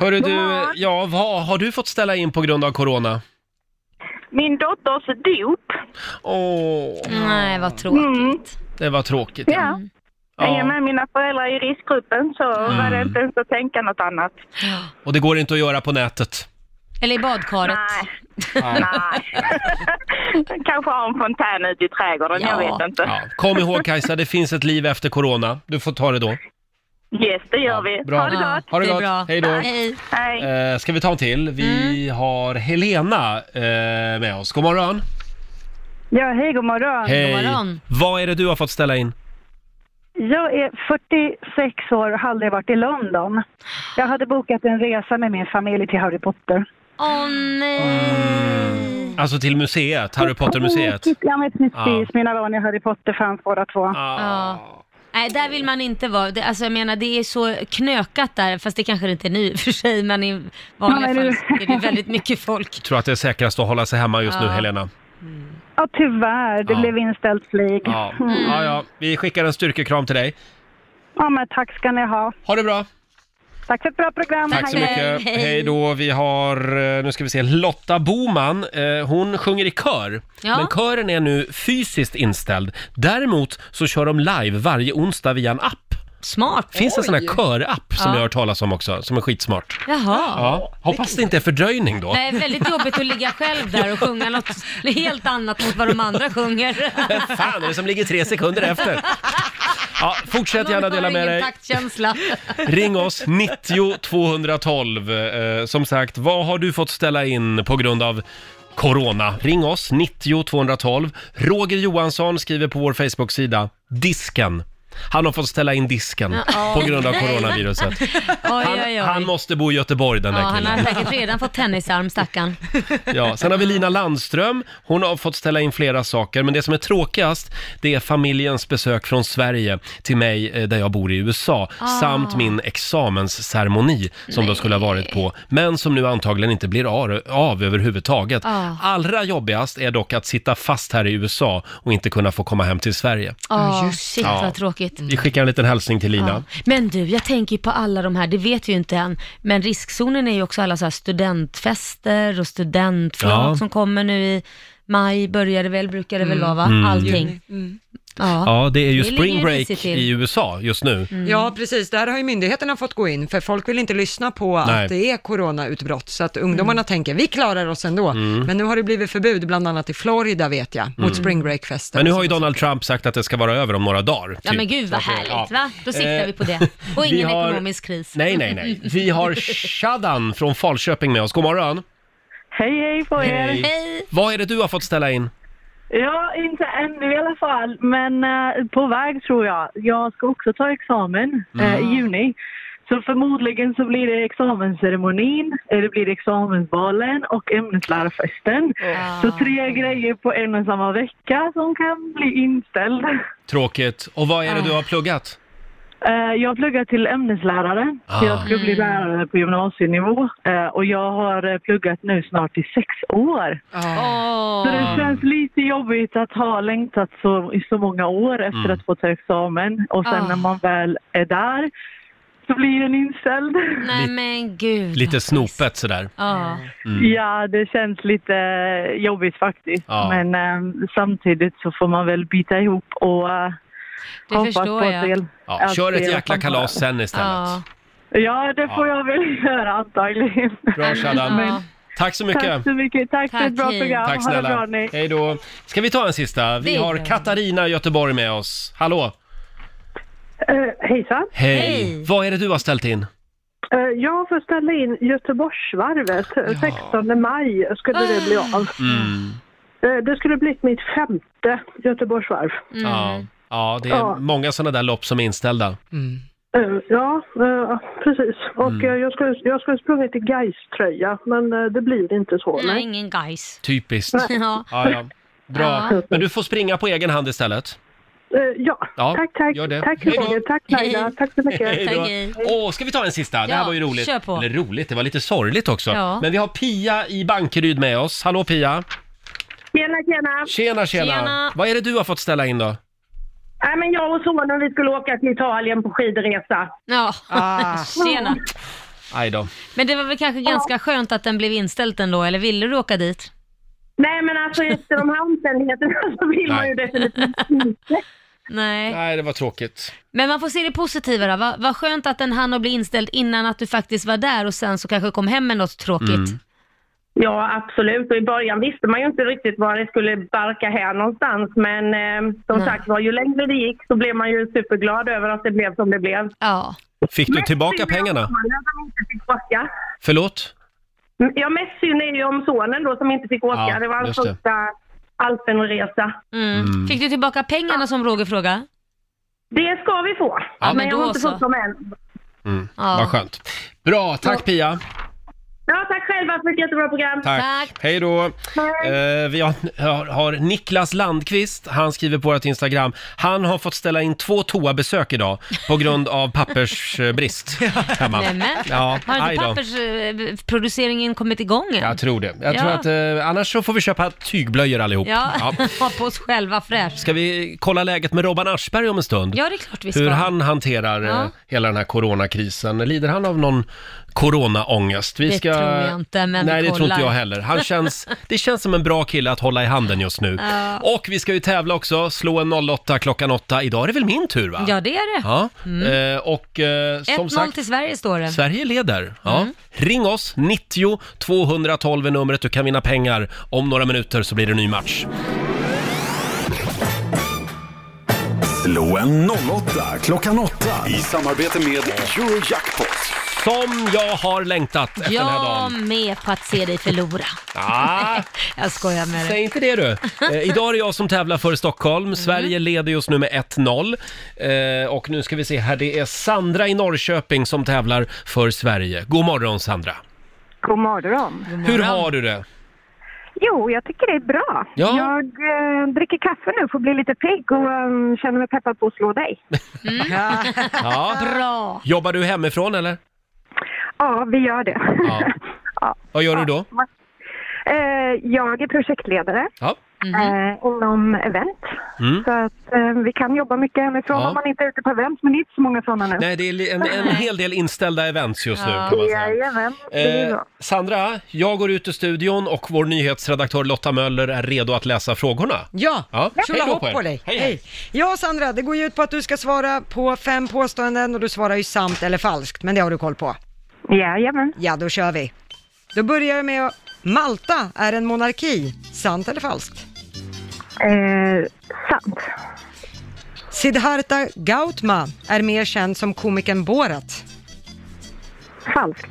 Speaker 1: Hörru
Speaker 12: God
Speaker 1: du,
Speaker 12: morgon.
Speaker 1: ja, vad har du fått ställa in på grund av corona?
Speaker 12: Min dotters dop.
Speaker 1: Mm. Åh.
Speaker 2: Nej, vad tråkigt.
Speaker 1: Det var tråkigt.
Speaker 12: Ja.
Speaker 1: Ja. Mm.
Speaker 12: Jag är med mina föräldrar i riskgruppen så var det inte ens att tänka något annat.
Speaker 1: Och det går inte att göra på nätet.
Speaker 2: Eller i badkaret.
Speaker 1: Nej.
Speaker 12: Kanske ha en fontän ute i trädgården, jag vet inte.
Speaker 1: Ja. Kom ihåg Kajsa, det finns ett liv efter corona. Du får ta det då.
Speaker 12: Yes, det gör vi.
Speaker 1: bra.
Speaker 12: Ha det
Speaker 1: Ja,
Speaker 12: gott!
Speaker 1: ha det Det är gott. bra. Hej då.
Speaker 2: Hej.
Speaker 12: Hej.
Speaker 1: Eh, ska vi ta en till? Vi har Helena eh, med oss. God morgon.
Speaker 13: Ja, hej, god morgon.
Speaker 1: Vad är det du har fått ställa in?
Speaker 13: Jag är 46 år och har aldrig varit i London. Jag hade bokat en resa med min familj till Harry Potter.
Speaker 2: Åh nej!
Speaker 1: Alltså till museet, Harry Potter-museet.
Speaker 13: Ja, men precis.
Speaker 1: Ja.
Speaker 13: Mina barn är Harry Potter-fans båda två.
Speaker 1: Ah.
Speaker 2: Ja. Nej, där vill man inte vara. Det, alltså jag menar, det är så knökat där, fast det kanske inte är nu i och för sig, men i vanliga
Speaker 13: Ja, men
Speaker 2: fall
Speaker 13: du-
Speaker 2: så är det ju väldigt mycket folk.
Speaker 1: Tror att det är säkrast att hålla sig hemma just nu,
Speaker 2: Ja.
Speaker 1: Helena.
Speaker 13: Ja, tyvärr. Det blev inställt flyg.
Speaker 1: Ja.
Speaker 13: Mm.
Speaker 1: ja, ja. Vi skickar en styrkekram till dig.
Speaker 13: Ja, men tack ska ni ha.
Speaker 1: Ha det bra.
Speaker 13: Tack för ett bra program.
Speaker 1: Tack så mycket. Hej då. Vi har, eh, nu ska vi se, Lotta Boman. Eh, Hon sjunger i kör,
Speaker 11: Ja.
Speaker 1: men kören är nu fysiskt inställd. Däremot så kör de live varje onsdag via en app.
Speaker 2: Smart.
Speaker 1: Finns en sån
Speaker 2: Oj.
Speaker 1: här körapp som
Speaker 2: Ja.
Speaker 1: jag har hört talas om också, som är skitsmart.
Speaker 2: Jaha.
Speaker 1: Ja. Hoppas det inte är fördröjning då.
Speaker 2: Nej, väldigt jobbigt att ligga själv där och sjunga något helt annat mot vad de andra sjunger.
Speaker 1: Vem fan är det som ligger tre sekunder efter? Ja, fortsätt gärna
Speaker 2: Någon
Speaker 1: dela
Speaker 2: har
Speaker 1: med
Speaker 2: ingen
Speaker 1: dig.
Speaker 2: taktkänsla.
Speaker 1: Ring oss, 90 212. Eh, som sagt, vad har du fått ställa in på grund av corona? Ring oss, 90 212. Roger Johansson skriver på vår Facebook-sida, disken. Han har fått ställa in disken
Speaker 2: Ja.
Speaker 1: på grund av
Speaker 2: Nej.
Speaker 1: coronaviruset.
Speaker 2: Oj, oj, oj.
Speaker 1: Han måste bo i Göteborg den
Speaker 2: Ja,
Speaker 1: där
Speaker 2: han har
Speaker 1: killen.
Speaker 2: säkert redan fått tennisarm, stackarn.
Speaker 1: Ja, sen har vi Lina Landström. Hon har fått ställa in flera saker, men det som är tråkigast det är familjens besök från Sverige till mig eh, där jag bor i USA,
Speaker 11: Ah.
Speaker 1: samt min examensceremoni som då skulle ha varit på, men som nu antagligen inte blir ar- av överhuvudtaget.
Speaker 11: Ah.
Speaker 1: Allra jobbigast är dock att sitta fast här i USA och inte kunna få komma hem till Sverige.
Speaker 2: Åh, shit
Speaker 1: Ja.
Speaker 2: vad tråkigt.
Speaker 1: Vi skickar en liten hälsning till Lina.
Speaker 2: Ja. Men du, jag tänker ju på alla de här, det vet vi ju inte än, men riskzonen är ju också alla så här studentfester och studentflak
Speaker 1: Ja.
Speaker 2: som kommer nu i maj, börjar det väl, brukar det väl vara va?
Speaker 1: Mm.
Speaker 2: Allting. Ja.
Speaker 1: Ja, det är ju
Speaker 2: Det ligger
Speaker 1: spring
Speaker 2: ju
Speaker 1: break
Speaker 2: risigt till.
Speaker 1: i USA just nu.
Speaker 3: Ja, precis. Där har ju myndigheterna fått gå in, för folk vill inte lyssna på
Speaker 1: Nej. Mm.
Speaker 3: att det är coronautbrott, så att ungdomarna tänker, vi klarar oss ändå. Men nu har det blivit förbud, bland annat i Florida vet jag, mot spring break-fester.
Speaker 1: Mm. Men nu har ju Donald Trump sagt att det ska vara över om några dagar.
Speaker 2: Ja
Speaker 1: typ.
Speaker 2: men gud vad härligt
Speaker 1: Ja.
Speaker 2: va? Då siktar
Speaker 1: Eh,
Speaker 2: vi på det. Och
Speaker 1: vi
Speaker 2: ingen
Speaker 1: har-
Speaker 2: ekonomisk kris.
Speaker 1: Nej, nej, nej. Vi har Shadan från Falköping med oss. God morgon.
Speaker 14: Hej, hej på er!
Speaker 1: Vad är det du har fått ställa in?
Speaker 14: Ja, inte ännu i alla fall, men eh, på väg tror jag. Jag ska också ta examen eh,
Speaker 1: Mm.
Speaker 14: i juni. Så förmodligen så blir det examensceremonin, eller blir det examensbalen och ämneslärarfesten. Så tre grejer på en och samma vecka som kan bli inställd.
Speaker 2: Ah.
Speaker 1: Tråkigt. Och vad är det du har pluggat?
Speaker 14: Eh, Jag pluggar till ämneslärare.
Speaker 1: Ah.
Speaker 14: Jag skulle bli lärare på gymnasienivå eh, och jag har eh, pluggat nu snart i sex år. Så det känns lite jobbigt att ha längtat så, i så många år efter
Speaker 11: Mm.
Speaker 14: att få ta examen och sen
Speaker 2: Ah.
Speaker 14: när man väl är där så blir den inställd.
Speaker 2: Nej men gud.
Speaker 1: Lite snopet sådär.
Speaker 2: Ja.
Speaker 1: Mm.
Speaker 14: Ja, det känns lite jobbigt faktiskt.
Speaker 1: Ja.
Speaker 14: Men eh, samtidigt så får man väl bita ihop och eh,
Speaker 2: Det
Speaker 14: hoppas
Speaker 2: förstår
Speaker 14: på
Speaker 2: jag.
Speaker 14: att det-
Speaker 1: Ja,
Speaker 14: att
Speaker 1: kör
Speaker 14: det
Speaker 1: ett jäkla
Speaker 14: framför-
Speaker 1: kalas sen istället.
Speaker 2: Ja.
Speaker 14: Ja, det får
Speaker 1: Ja.
Speaker 14: jag väl göra antagligen.
Speaker 1: Bra Shadan.
Speaker 14: Men
Speaker 1: Tack så
Speaker 14: Tack
Speaker 1: mycket.
Speaker 14: så mycket. Tack, för ett bra
Speaker 2: Tack, hej.
Speaker 14: program.
Speaker 1: Tack
Speaker 14: Ha det
Speaker 1: snälla.
Speaker 14: bra ni.
Speaker 1: Hej då. Ska vi ta en sista? Vi
Speaker 14: Det gör
Speaker 1: har
Speaker 14: vi.
Speaker 1: Katarina i Göteborg med oss. Hallå!
Speaker 11: Eh, hejsan.
Speaker 1: Hej. Vad är det du har ställt in?
Speaker 11: Eh, jag får ställa in Göteborgsvarvet. 16 maj skulle det bli av.
Speaker 1: Mm.
Speaker 11: Eh, det skulle blivit mitt femte Göteborgsvarv. Mm.
Speaker 1: Ja. ja, det är
Speaker 11: Ja.
Speaker 1: många sådana där lopp som är inställda.
Speaker 11: Eh, ja, eh, precis. Och
Speaker 1: Mm.
Speaker 11: eh, jag skulle jag skulle sprungit i Gais-tröja, men eh, det blir inte så.
Speaker 2: Nej, ingen guys.
Speaker 1: Typiskt.
Speaker 2: Ja.
Speaker 1: Ja, ja. Bra.
Speaker 11: Ja.
Speaker 1: Men du får springa på egen hand istället.
Speaker 11: Eh, ja.
Speaker 1: Ja,
Speaker 11: tack, tack.
Speaker 1: gör det.
Speaker 11: Tack,
Speaker 1: Hej då.
Speaker 11: Roger. Tack, Laila. Tack så mycket.
Speaker 1: Hej då. Åh, ska vi ta en sista? det
Speaker 11: Ja,
Speaker 1: här var ju roligt.
Speaker 11: kör på.
Speaker 1: Eller roligt, det var lite sorgligt också.
Speaker 11: Ja.
Speaker 1: Men vi har Pia i Bankeryd med oss. Hallå Pia!
Speaker 15: Tjena, tjena.
Speaker 1: Tjena, tjena! Vad är det du har fått ställa in då?
Speaker 15: Nej, men jag och sonen vi skulle åka till Italien på skidresa.
Speaker 2: Ja,
Speaker 1: Ah.
Speaker 2: tjena.
Speaker 1: Aj då.
Speaker 2: Men det var väl kanske ganska skönt att den blev inställd ändå, eller ville du åka dit?
Speaker 15: Nej, men alltså efter de här omständigheterna så vill man ju definitivt inte.
Speaker 2: Nej.
Speaker 1: Nej, det var tråkigt.
Speaker 2: Men man får se det positiva då. Vad vad skönt att den hann att bli inställd innan att du faktiskt var där och sen så kanske kom hem med något tråkigt.
Speaker 1: Mm.
Speaker 15: Ja, absolut. Och i början visste man ju inte riktigt var det skulle barka här någonstans. Men eh, som sagt var, ju längre det gick så blev man ju superglad över att det blev som det blev.
Speaker 2: Ja.
Speaker 1: Fick du tillbaka pengarna? Förlåt?
Speaker 15: Mm, Ja, mest synd är ju om sonen då som inte fick åka.
Speaker 1: Ja,
Speaker 15: det var hans
Speaker 1: just det.
Speaker 15: första Alpenresa.
Speaker 1: Mm.
Speaker 2: Fick du tillbaka pengarna som Roger frågade?
Speaker 15: Det ska vi få.
Speaker 1: Ja.
Speaker 15: Men,
Speaker 1: Men
Speaker 15: jag
Speaker 1: då
Speaker 15: har inte
Speaker 1: så.
Speaker 15: fått dem än.
Speaker 1: Mm.
Speaker 2: Ja.
Speaker 1: Vad skönt. Bra, tack
Speaker 15: Ja.
Speaker 1: Pia!
Speaker 15: Ja, tack själva för ett jättebra program.
Speaker 1: Tack. Hej då. Eh, vi har, har, har Niklas Landqvist, han skriver på vårt Instagram, han har fått ställa in två toabesök idag på grund av pappersbrist hemma.
Speaker 2: Nämen.
Speaker 1: Ja,
Speaker 2: Har
Speaker 1: aj
Speaker 2: inte
Speaker 1: då.
Speaker 2: pappersproduceringen kommit igång än?
Speaker 1: Jag tror det. Jag
Speaker 2: Ja.
Speaker 1: tror att eh, annars så får vi köpa tygblöjor allihop.
Speaker 2: Ja,
Speaker 1: Ja.
Speaker 2: ha på oss själva fräscht.
Speaker 1: Ska vi kolla läget med Robban Aschberg om en stund?
Speaker 2: Ja, det är klart vi ska.
Speaker 1: Hur han hanterar eh,
Speaker 2: Ja.
Speaker 1: hela den här coronakrisen. Lider han av någon coronaångest? Vi
Speaker 2: Det
Speaker 1: ska...
Speaker 2: tror jag inte, men vi
Speaker 1: Nej, det tror inte
Speaker 2: kollar.
Speaker 1: jag heller. Han känns... det känns som en bra kille att hålla i handen just nu.
Speaker 2: Ja.
Speaker 1: Och vi ska ju tävla också, slå en 08 klockan 8. Idag är det väl min tur va?
Speaker 2: Ja, det är det.
Speaker 1: Ja.
Speaker 2: Mm.
Speaker 1: Eh, och eh,
Speaker 2: 1-0
Speaker 1: som sagt...
Speaker 2: till Mm. Sverige står det.
Speaker 1: Sverige leder. Ja. Ring oss, 90 212 är numret. Du kan vinna pengar. Om några minuter så blir det en ny match.
Speaker 4: Slå en 08 klockan 8 i samarbete med Eurojackpot.
Speaker 1: Som jag har längtat efter den här
Speaker 2: Jag
Speaker 1: dagen.
Speaker 2: med på att se dig förlora.
Speaker 1: Ah,
Speaker 2: Jag skojar med dig.
Speaker 1: säg inte det du. Eh, idag är det jag som tävlar för Stockholm.
Speaker 16: Mm.
Speaker 1: Sverige leder just nu med 1-0. Eh, och nu ska vi se här, det är Sandra i Norrköping som tävlar för Sverige. God morgon Sandra.
Speaker 16: God morgon.
Speaker 1: Hur har du det?
Speaker 16: Jo, jag tycker det är bra.
Speaker 1: Ja.
Speaker 16: Jag eh, dricker kaffe nu för att bli lite pigg och eh, känner mig peppad på att slå dig.
Speaker 1: Ja.
Speaker 2: Bra.
Speaker 1: Jobbar du hemifrån eller?
Speaker 16: Ja, vi gör det.
Speaker 1: Ja. Vad gör du då?
Speaker 16: Eh, jag är projektledare
Speaker 1: Ja.
Speaker 16: eh, inom event.
Speaker 1: Mm.
Speaker 16: Så att, eh, vi kan jobba mycket hemifrån
Speaker 1: Ja.
Speaker 16: om man inte är ute på event, men det är inte så många sådana nu.
Speaker 1: Nej, det är li- en, en hel del inställda events just nu kan man säga.
Speaker 16: Jajamän, det är
Speaker 1: Eh,
Speaker 16: bra.
Speaker 1: Sandra, jag går ut ur studion och vår nyhetsredaktör Lotta Möller är redo att läsa frågorna.
Speaker 3: Ja,
Speaker 1: ja. hej då
Speaker 3: Tjolahopp på,
Speaker 1: er.
Speaker 3: på dig.
Speaker 1: Hej, hej.
Speaker 3: hej. Ja, Sandra, det går ju ut på att du ska svara på fem påståenden och du svarar ju sant eller falskt, men det har du koll på.
Speaker 16: Jajamän.
Speaker 3: Ja, då kör vi. Då börjar jag med att Malta är en monarki. Sant eller falskt?
Speaker 16: Eh, sant.
Speaker 3: Siddhartha Gautama är mer känd som komikern Borat.
Speaker 16: Falskt.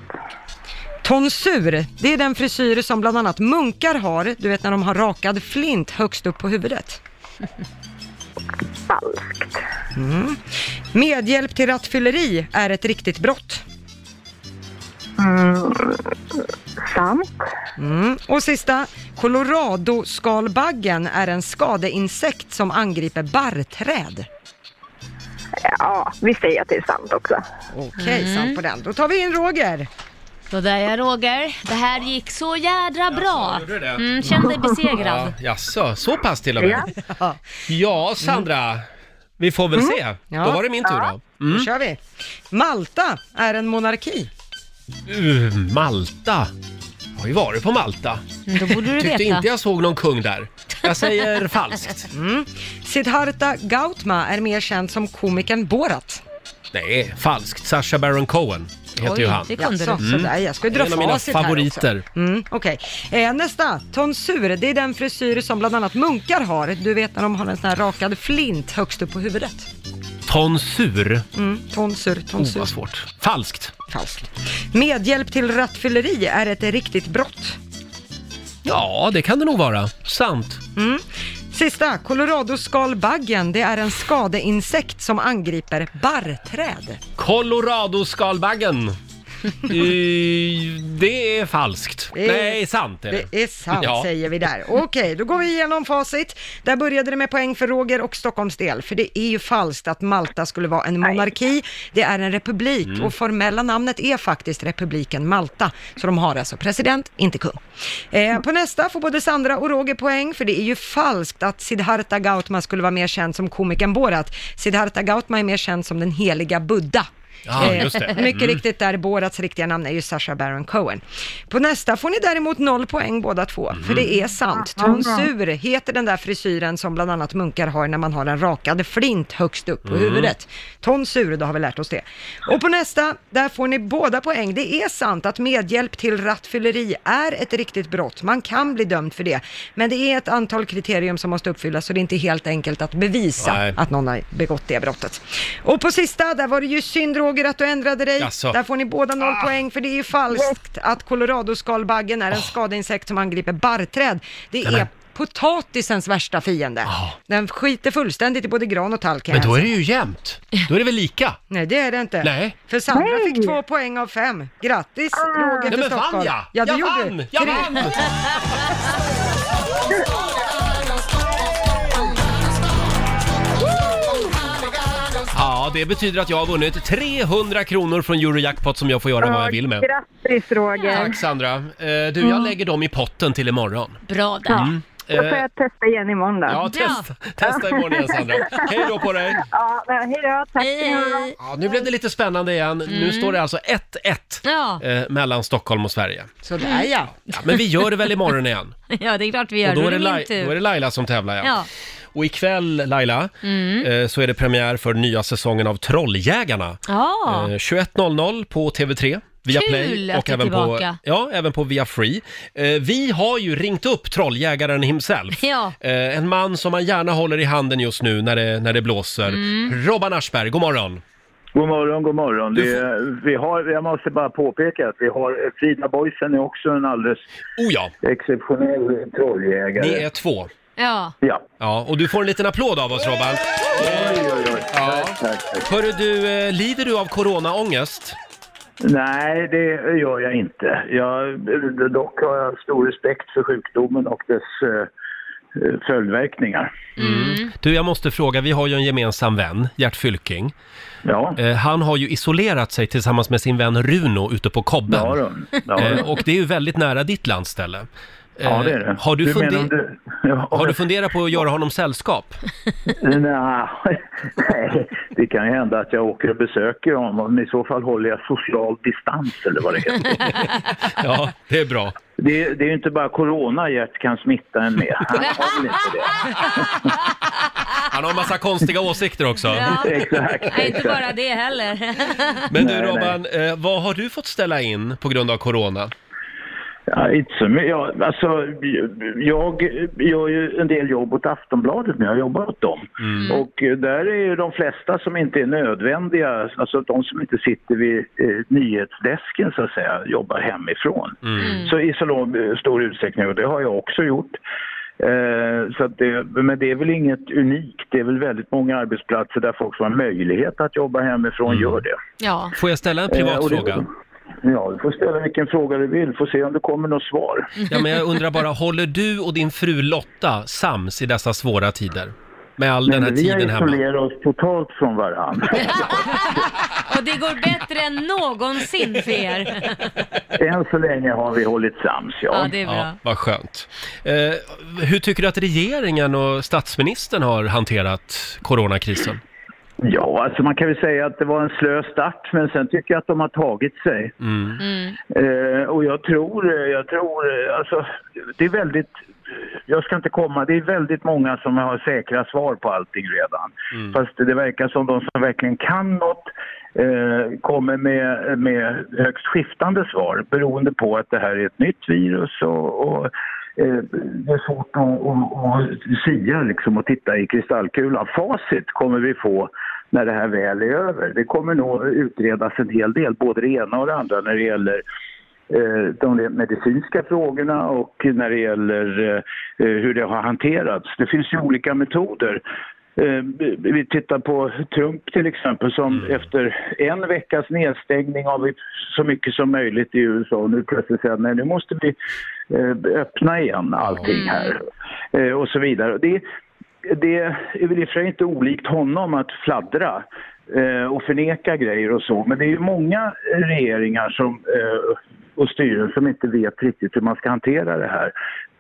Speaker 3: Tonsur, det är den frisyr som bland annat munkar har, du vet när de har rakad flint högst upp på huvudet.
Speaker 16: Falskt.
Speaker 3: Mm. Medhjälp till rattfylleri är ett riktigt brott.
Speaker 16: Mm, sant.
Speaker 3: Mm. Och sista, Colorado-skalbaggen är en skadeinsekt som angriper barrträd.
Speaker 16: Ja, Ja, vi säger att det är sant också.
Speaker 3: Okej, sant på den. Då tar vi in Roger.
Speaker 2: Då där jag Roger. Det här gick så jädra bra.
Speaker 1: gjorde det?
Speaker 2: Mm, känn dig besegrad.
Speaker 1: Ja, jaså, så pass till och med. Ja, Sandra. Vi får väl
Speaker 3: Mm.
Speaker 1: se. Då var det min tur då.
Speaker 3: Då
Speaker 1: Mm.
Speaker 3: kör vi. Malta är en monarki.
Speaker 1: Uh, Malta. Jag har ju varit på Malta.
Speaker 2: Mm, Då borde du
Speaker 1: Tyckte
Speaker 3: veta.
Speaker 1: inte jag såg någon kung där. Jag säger falskt.
Speaker 3: Mm. Siddhartha Gautama är mer känd som komikern Borat.
Speaker 1: Nej, falskt. Sasha Baron Cohen heter ju han.
Speaker 3: Jaså, sådär. Jag ska ju dra
Speaker 1: Mm. en av mina
Speaker 3: facit här
Speaker 1: favoriter.
Speaker 3: också. Mm, Okej. Eh, nästa. Tonsur, det är den frisyr som bland annat munkar har. Du vet när de har en sån här rakad flint högst upp på huvudet.
Speaker 1: Tonsur.
Speaker 3: Mm, tonsur,
Speaker 1: Oh,
Speaker 3: tonsur.
Speaker 1: vad svårt. Falskt.
Speaker 3: Falskt. Medhjälp till rattfylleri är ett riktigt brott.
Speaker 1: Ja, det kan det nog vara. Sant.
Speaker 3: Mm. Sista, Colorado-skalbaggen, det är en skadeinsekt som angriper barrträd.
Speaker 1: Colorado-skalbaggen. Eh, det är falskt.
Speaker 3: Det är-
Speaker 1: Nej, sant är det.
Speaker 3: Det är sant, säger vi där. Okej, då går vi igenom facit. Där började det med poäng för Roger och Stockholms del, för det är ju falskt att Malta skulle vara en monarki. Det är en republik
Speaker 2: Mm.
Speaker 3: och formella namnet är faktiskt republiken Malta. Så de har alltså president, inte kung. Eh, på nästa får både Sandra och Roger poäng, för det är ju falskt att Siddhartha Gautama skulle vara mer känd som komikern Borat. Siddhartha Gautama är mer känd som den heliga Buddha.
Speaker 17: Ja,
Speaker 3: Eh,
Speaker 17: just det.
Speaker 3: Mycket
Speaker 17: Mm.
Speaker 3: riktigt där Borats riktiga namn är ju Sasha Baron Cohen. På nästa får ni däremot noll poäng båda två, för det är sant.
Speaker 17: Mm. Ja, bra.
Speaker 3: Tonsur heter den där frisyren som bland annat munkar har när man har en rakad flint högst upp på
Speaker 17: Mm.
Speaker 3: huvudet. Tonsur, då har vi lärt oss det. Och på nästa, där får ni båda poäng. Det är sant att medhjälp till rattfylleri är ett riktigt brott. Man kan bli dömd för det, men det är ett antal kriterium som måste uppfyllas så det är inte helt enkelt att bevisa
Speaker 1: Nej.
Speaker 3: att någon har begått det brottet. Och på sista, där var det ju synd Roger att du ändrade dig.
Speaker 1: Jaså.
Speaker 3: Där får ni båda noll poäng för det är ju falskt att coloradoskalbaggen är en skadeinsekt som angriper barrträd. Det
Speaker 1: Nämen.
Speaker 3: är potatisens värsta fiende. Den skiter fullständigt i både gran och tall kan
Speaker 1: Ah. Men
Speaker 3: jag
Speaker 1: då är det
Speaker 16: Alltså.
Speaker 3: säga.
Speaker 1: ju jämnt. Då är det väl lika?
Speaker 3: Nej det är det inte.
Speaker 1: Nej.
Speaker 3: För Sandra fick två poäng av fem. Grattis Roger
Speaker 1: Nej,
Speaker 3: till
Speaker 1: men vann
Speaker 3: Stockholm.
Speaker 1: jag?
Speaker 3: Ja, det
Speaker 1: Jag
Speaker 3: gjorde
Speaker 1: vann!
Speaker 3: du.
Speaker 1: Jag
Speaker 3: Tre-
Speaker 1: vann! Ja, det betyder att jag har vunnit 300 kronor från Eurojackpot som jag får göra vad jag vill med.
Speaker 16: Grattis Roger.
Speaker 1: Tack Sandra. Eh, Du, jag lägger dem i potten till imorgon.
Speaker 2: Bra
Speaker 16: Ja.
Speaker 1: Mm.
Speaker 16: Då får
Speaker 1: Eh,
Speaker 16: jag testa igen imorgon då.
Speaker 1: Ja, testa- testa imorgon igen, Sandra. Hej då på dig.
Speaker 16: Ja, men hej då. Tack hej, Mm. hej.
Speaker 1: Ja, nu blev det lite spännande igen. Nu står det alltså 1-1
Speaker 2: Ja.
Speaker 1: eh, mellan Stockholm och Sverige.
Speaker 3: Sådär ja.
Speaker 1: Ja, men vi gör det väl imorgon igen?
Speaker 2: Ja, det är klart vi gör.
Speaker 1: Och då är, det
Speaker 2: min
Speaker 1: Lai-
Speaker 2: tur.
Speaker 1: då är det Laila som tävlar ja.
Speaker 2: Ja.
Speaker 1: Och ikväll Laila,
Speaker 2: Mm.
Speaker 1: eh, så är det premiär för nya säsongen av Trolljägarna.
Speaker 2: Ja.
Speaker 1: Eh, 21.00 på TV3. Via
Speaker 2: Kul
Speaker 1: Play
Speaker 2: att
Speaker 1: och
Speaker 2: du är
Speaker 1: även på,
Speaker 2: tillbaka.
Speaker 1: ja, även på Via Free. Eh, vi har ju ringt upp trolljägaren himself.
Speaker 2: Ja.
Speaker 1: Eh, en man som man gärna håller i handen just nu när det, när det blåser.
Speaker 18: Mm.
Speaker 1: Robban Aschberg, god morgon.
Speaker 18: God morgon, god morgon. Det, vi har, jag måste bara påpeka att vi har Frida Boisen är också en alldeles
Speaker 1: oh ja.
Speaker 18: exceptionell trolljägare.
Speaker 1: Ni är två.
Speaker 2: Ja.
Speaker 18: Ja.
Speaker 1: ja. Och du får en liten applåd av oss Robban.
Speaker 18: Oj, oj, oj.
Speaker 1: Ja.
Speaker 18: Tack, tack.
Speaker 1: Hörru du, eh, lider du av coronaångest?
Speaker 18: Nej, det gör jag inte. Jag, dock har jag stor respekt för sjukdomen och dess eh, eh, följdverkningar.
Speaker 1: Du, jag måste fråga, vi har ju en gemensam vän, Gert Fylking. Eh, Han har ju isolerat sig tillsammans med sin vän Runo ute på Kobben.
Speaker 18: Ja, då. Ja, då.
Speaker 1: Eh, Och det är ju väldigt nära ditt landställe.
Speaker 18: Ja,
Speaker 1: Eh,
Speaker 18: det är det.
Speaker 1: Har du,
Speaker 18: Du menar
Speaker 1: funde-
Speaker 18: om du- Ja.
Speaker 1: har du funderat på att göra honom sällskap?
Speaker 18: Nja, Nej, det kan ju hända att jag åker och besöker honom, men i så fall håller jag social distans eller vad det heter.
Speaker 1: Ja, det är bra.
Speaker 18: Det, det är ju inte bara corona Gert kan smitta en med. Han har väl inte det?
Speaker 1: Han har en massa konstiga åsikter också.
Speaker 2: Ja.
Speaker 18: Exakt,
Speaker 2: Nej, inte bara det heller.
Speaker 1: Men du
Speaker 18: Nej, nej.
Speaker 1: Robban, eh, vad har du fått ställa in på grund av corona?
Speaker 18: Ja, inte så mycket. Ja, alltså, jag gör ju en del jobb åt Aftonbladet nu. Jag jobbar åt dem. Och eh, där är ju de flesta som inte är nödvändiga, alltså de som inte sitter vid eh, nyhetsdesken så att säga, jobbar hemifrån. Så i så lång, stor utsträckning, och det har jag också gjort. Eh, så att det, men det är väl inget unikt. Det är väl väldigt många arbetsplatser där folk som har möjlighet att jobba hemifrån gör det.
Speaker 2: Ja.
Speaker 1: Får jag ställa en privat
Speaker 18: Eh, och det-
Speaker 1: fråga?
Speaker 18: Ja, du får ställa vilken fråga du vill. Får se om det kommer något svar.
Speaker 1: Ja, men jag undrar bara, håller du och din fru Lotta sams i dessa svåra tider? Med all den här
Speaker 18: vi har
Speaker 1: tiden hemma.
Speaker 18: isolerat oss totalt från varandra.
Speaker 2: Och det går bättre än någonsin för er.
Speaker 18: Än så länge har vi hållit sams, ja.
Speaker 2: Ja, det är bra.
Speaker 1: vad skönt. Eh, hur tycker du att regeringen och statsministern har hanterat coronakrisen?
Speaker 18: Ja, alltså man kan väl säga att det var en slö start, men sen tycker jag att de har tagit sig. Eh, och jag tror, eh, jag tror, eh, alltså det är väldigt, jag ska inte komma, det är väldigt många som har säkra svar på allting redan. Fast det verkar som de som verkligen kan något eh, kommer med, med högst skiftande svar beroende på att det här är ett nytt virus och, och eh, det är svårt att, att, att sia liksom och titta i kristallkulan. Facit kommer vi få när det här väl är över. Det kommer nog utredas en hel del, både det ena och det andra när det gäller eh, de rent medicinska frågorna och när det gäller eh, hur det har hanterats. Det finns ju olika metoder. Eh, Vi tittar på Trump till exempel som efter en veckas nedstängning av så mycket som möjligt i USA nu plötsligt säger nej nu måste vi eh, öppna igen allting här Eh, och så vidare. Det, det är väl i och för sig inte olikt honom att fladdra eh, och förneka grejer och så, men det är ju många regeringar som, eh, och styren som inte vet riktigt hur man ska hantera det här.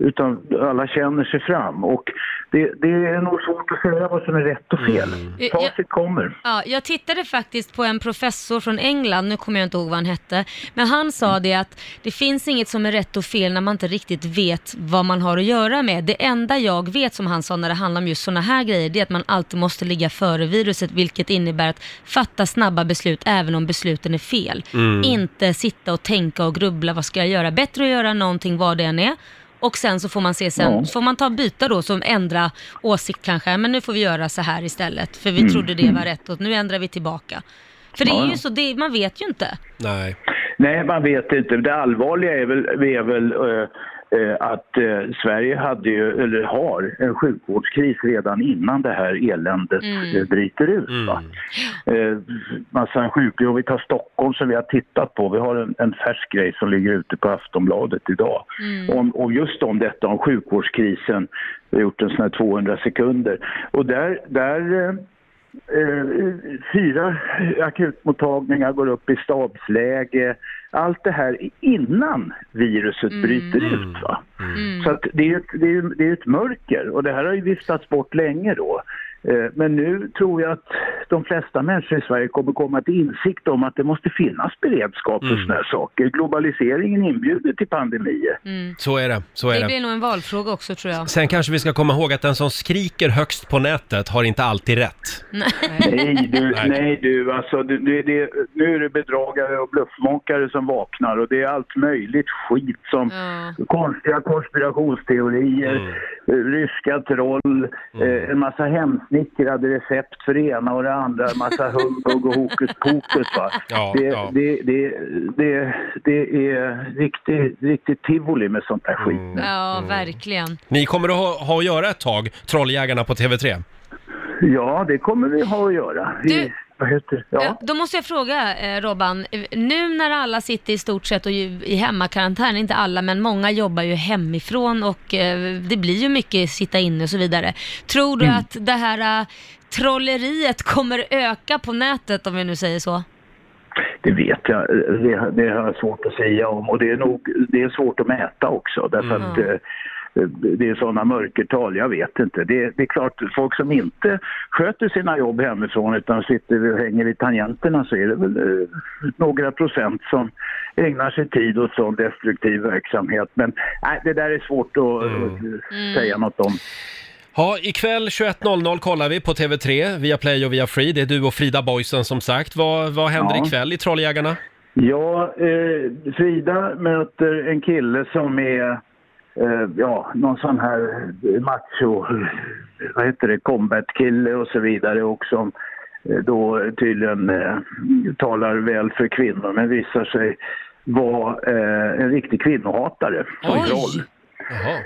Speaker 18: Utan alla känner sig fram och det, det är nog svårt att säga vad som är rätt och fel.
Speaker 2: Jag- jag-
Speaker 18: Facit kommer.
Speaker 2: Ja, jag tittade faktiskt på en professor från England, nu kommer jag inte ihåg vad han hette, men han
Speaker 17: Mm.
Speaker 2: sa det att det finns inget som är rätt och fel när man inte riktigt vet vad man har att göra med. Det enda jag vet, som han sa, när det handlar om just sådana här grejer, det är att man alltid måste ligga före viruset, vilket innebär att fatta snabba beslut även om besluten är fel.
Speaker 17: Mm.
Speaker 2: Inte sitta och tänka och grubbla, vad ska jag göra? Bättre att göra någonting, vad det än är. Och sen så får man se sen,
Speaker 17: Ja.
Speaker 2: får man ta byta då, som ändra åsikt kanske, men nu får vi göra så här istället, för vi
Speaker 18: Mm.
Speaker 2: trodde det var
Speaker 18: Mm.
Speaker 2: rätt och nu ändrar vi tillbaka. För det
Speaker 18: Ja,
Speaker 2: är ju
Speaker 18: ja.
Speaker 2: så, det, man vet ju inte.
Speaker 1: Nej.
Speaker 18: Nej, man vet inte. Det allvarliga är väl, är väl eh, eh, att eh, Sverige hade ju, eller har en sjukvårdskris redan innan det här eländet
Speaker 17: Mm.
Speaker 18: eh, bryter ut. Va? Eh, massa sjukvård. Vi tar Stockholm som vi har tittat på. Vi har en, en färsk grej som ligger ute på Aftonbladet idag. Om, och just om detta, om sjukvårdskrisen. Vi har gjort en sån här 200 sekunder. Och där, där eh, Eh, fyra akutmottagningar går upp i stabsläge. Allt det här innan viruset bryter ut. Va? Så att det, är ett, det, är, ju- det är ett mörker och det här har ju viftats bort länge då. Eh, Men nu tror jag att de flesta människor i Sverige kommer komma till insikt om att det måste finnas beredskap för sådana här saker. Globaliseringen inbjuder till pandemier.
Speaker 1: Så är det, så är
Speaker 2: Det
Speaker 1: det.
Speaker 2: blir nog en valfråga också tror jag.
Speaker 1: Sen kanske vi ska komma ihåg att den som skriker högst på nätet har inte alltid rätt.
Speaker 18: Nej du, nej, du alltså, du, du, det, nu är det bedragare och bluffmakare som vaknar och det är allt möjligt skit som konstiga konspirationsteorier,
Speaker 1: Mm.
Speaker 18: eh, ryska troll, eh, en massa hemsnickrade recept för det ena och det andra, en massa humbug och hokus pokus. Va?
Speaker 1: Ja,
Speaker 18: det,
Speaker 1: ja.
Speaker 18: Det, det, det, det är riktigt, riktigt tivoli med sånt här skit.
Speaker 1: Mm.
Speaker 2: Ja, verkligen.
Speaker 1: Ni kommer att ha, ha att göra ett tag, Trolljägarna på TV3.
Speaker 18: Ja, det kommer vi ha att göra. Vi, vad heter, ja.
Speaker 2: Ja, Eh, Då måste jag fråga eh, Robban, eh, nu när alla sitter i stort sett och ju, i hemmakarantän, inte alla men många jobbar ju hemifrån och eh, det blir ju mycket sitta inne och så vidare. Tror du
Speaker 18: Mm.
Speaker 2: att det här eh, trolleriet kommer öka på nätet om vi nu säger så?
Speaker 18: Det vet jag, det, det har jag svårt att säga om och det är, nog, det är svårt att mäta också därför
Speaker 2: Mm.
Speaker 18: att eh, det är sådana mörkertal, jag vet inte. Det, det är klart, folk som inte sköter sina jobb hemifrån utan sitter och hänger i tangenterna så är det väl eh, några procent som ägnar sig tid åt sån destruktiv verksamhet. Men nej, det där är svårt att eh, säga något om.
Speaker 1: Ja, ikväll 21.00 kollar vi på TV3, via Play och via Free. Det är du och Frida Boysen som sagt. Vad, vad händer
Speaker 18: Ja.
Speaker 1: ikväll i Trolljägarna?
Speaker 18: Ja, eh, Frida möter en kille som är eh, ja, någon sån här macho, vad heter det, combat-kille och så vidare och som eh, då tydligen eh, talar väl för kvinnor men visar sig vara eh, en riktig kvinnohatare. Oj. Roll.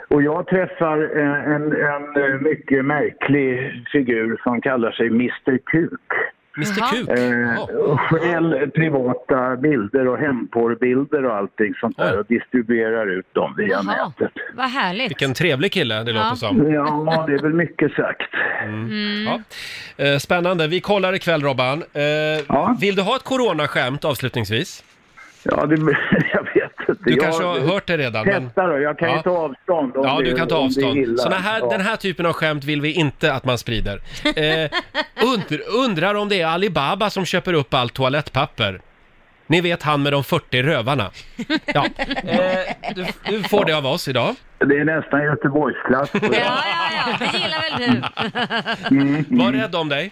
Speaker 18: Och jag träffar eh, en, en eh, mycket märklig figur som kallar sig Mr Kuk.
Speaker 1: Mr
Speaker 2: Jaha.
Speaker 1: Kuk?
Speaker 18: Eh, Stjäl privata bilder och hemporrbilder och allting sånt där och distribuerar ut dem via
Speaker 2: Jaha.
Speaker 18: nätet.
Speaker 2: Vad härligt.
Speaker 1: Vilken trevlig kille det
Speaker 2: Ja.
Speaker 1: låter som.
Speaker 18: Ja, det är väl mycket sagt.
Speaker 1: Mm. Ja. Eh, Spännande. Vi kollar ikväll Robban. Eh, Vill du ha ett coronaskämt avslutningsvis?
Speaker 18: Ja, det, jag vet inte.
Speaker 1: Du
Speaker 18: Jag-
Speaker 1: kanske har hört det redan. men-
Speaker 18: Testa då, jag kan ju
Speaker 1: Ja.
Speaker 18: ta avstånd om
Speaker 1: Ja,
Speaker 18: det,
Speaker 1: du kan ta
Speaker 18: om det är
Speaker 1: avstånd.
Speaker 18: illa.
Speaker 1: Såna här,
Speaker 18: Ja.
Speaker 1: Den här typen av skämt vill vi inte att man sprider. Eh, und, undrar om det är Alibaba som köper upp allt toalettpapper. Ni vet han med de 40 rövarna. Ja. Eh, du, du får det av oss idag.
Speaker 18: Det är nästan Göteborgsklass. Mm,
Speaker 2: Ja, det gillar väl du?
Speaker 1: Var rädd om dig.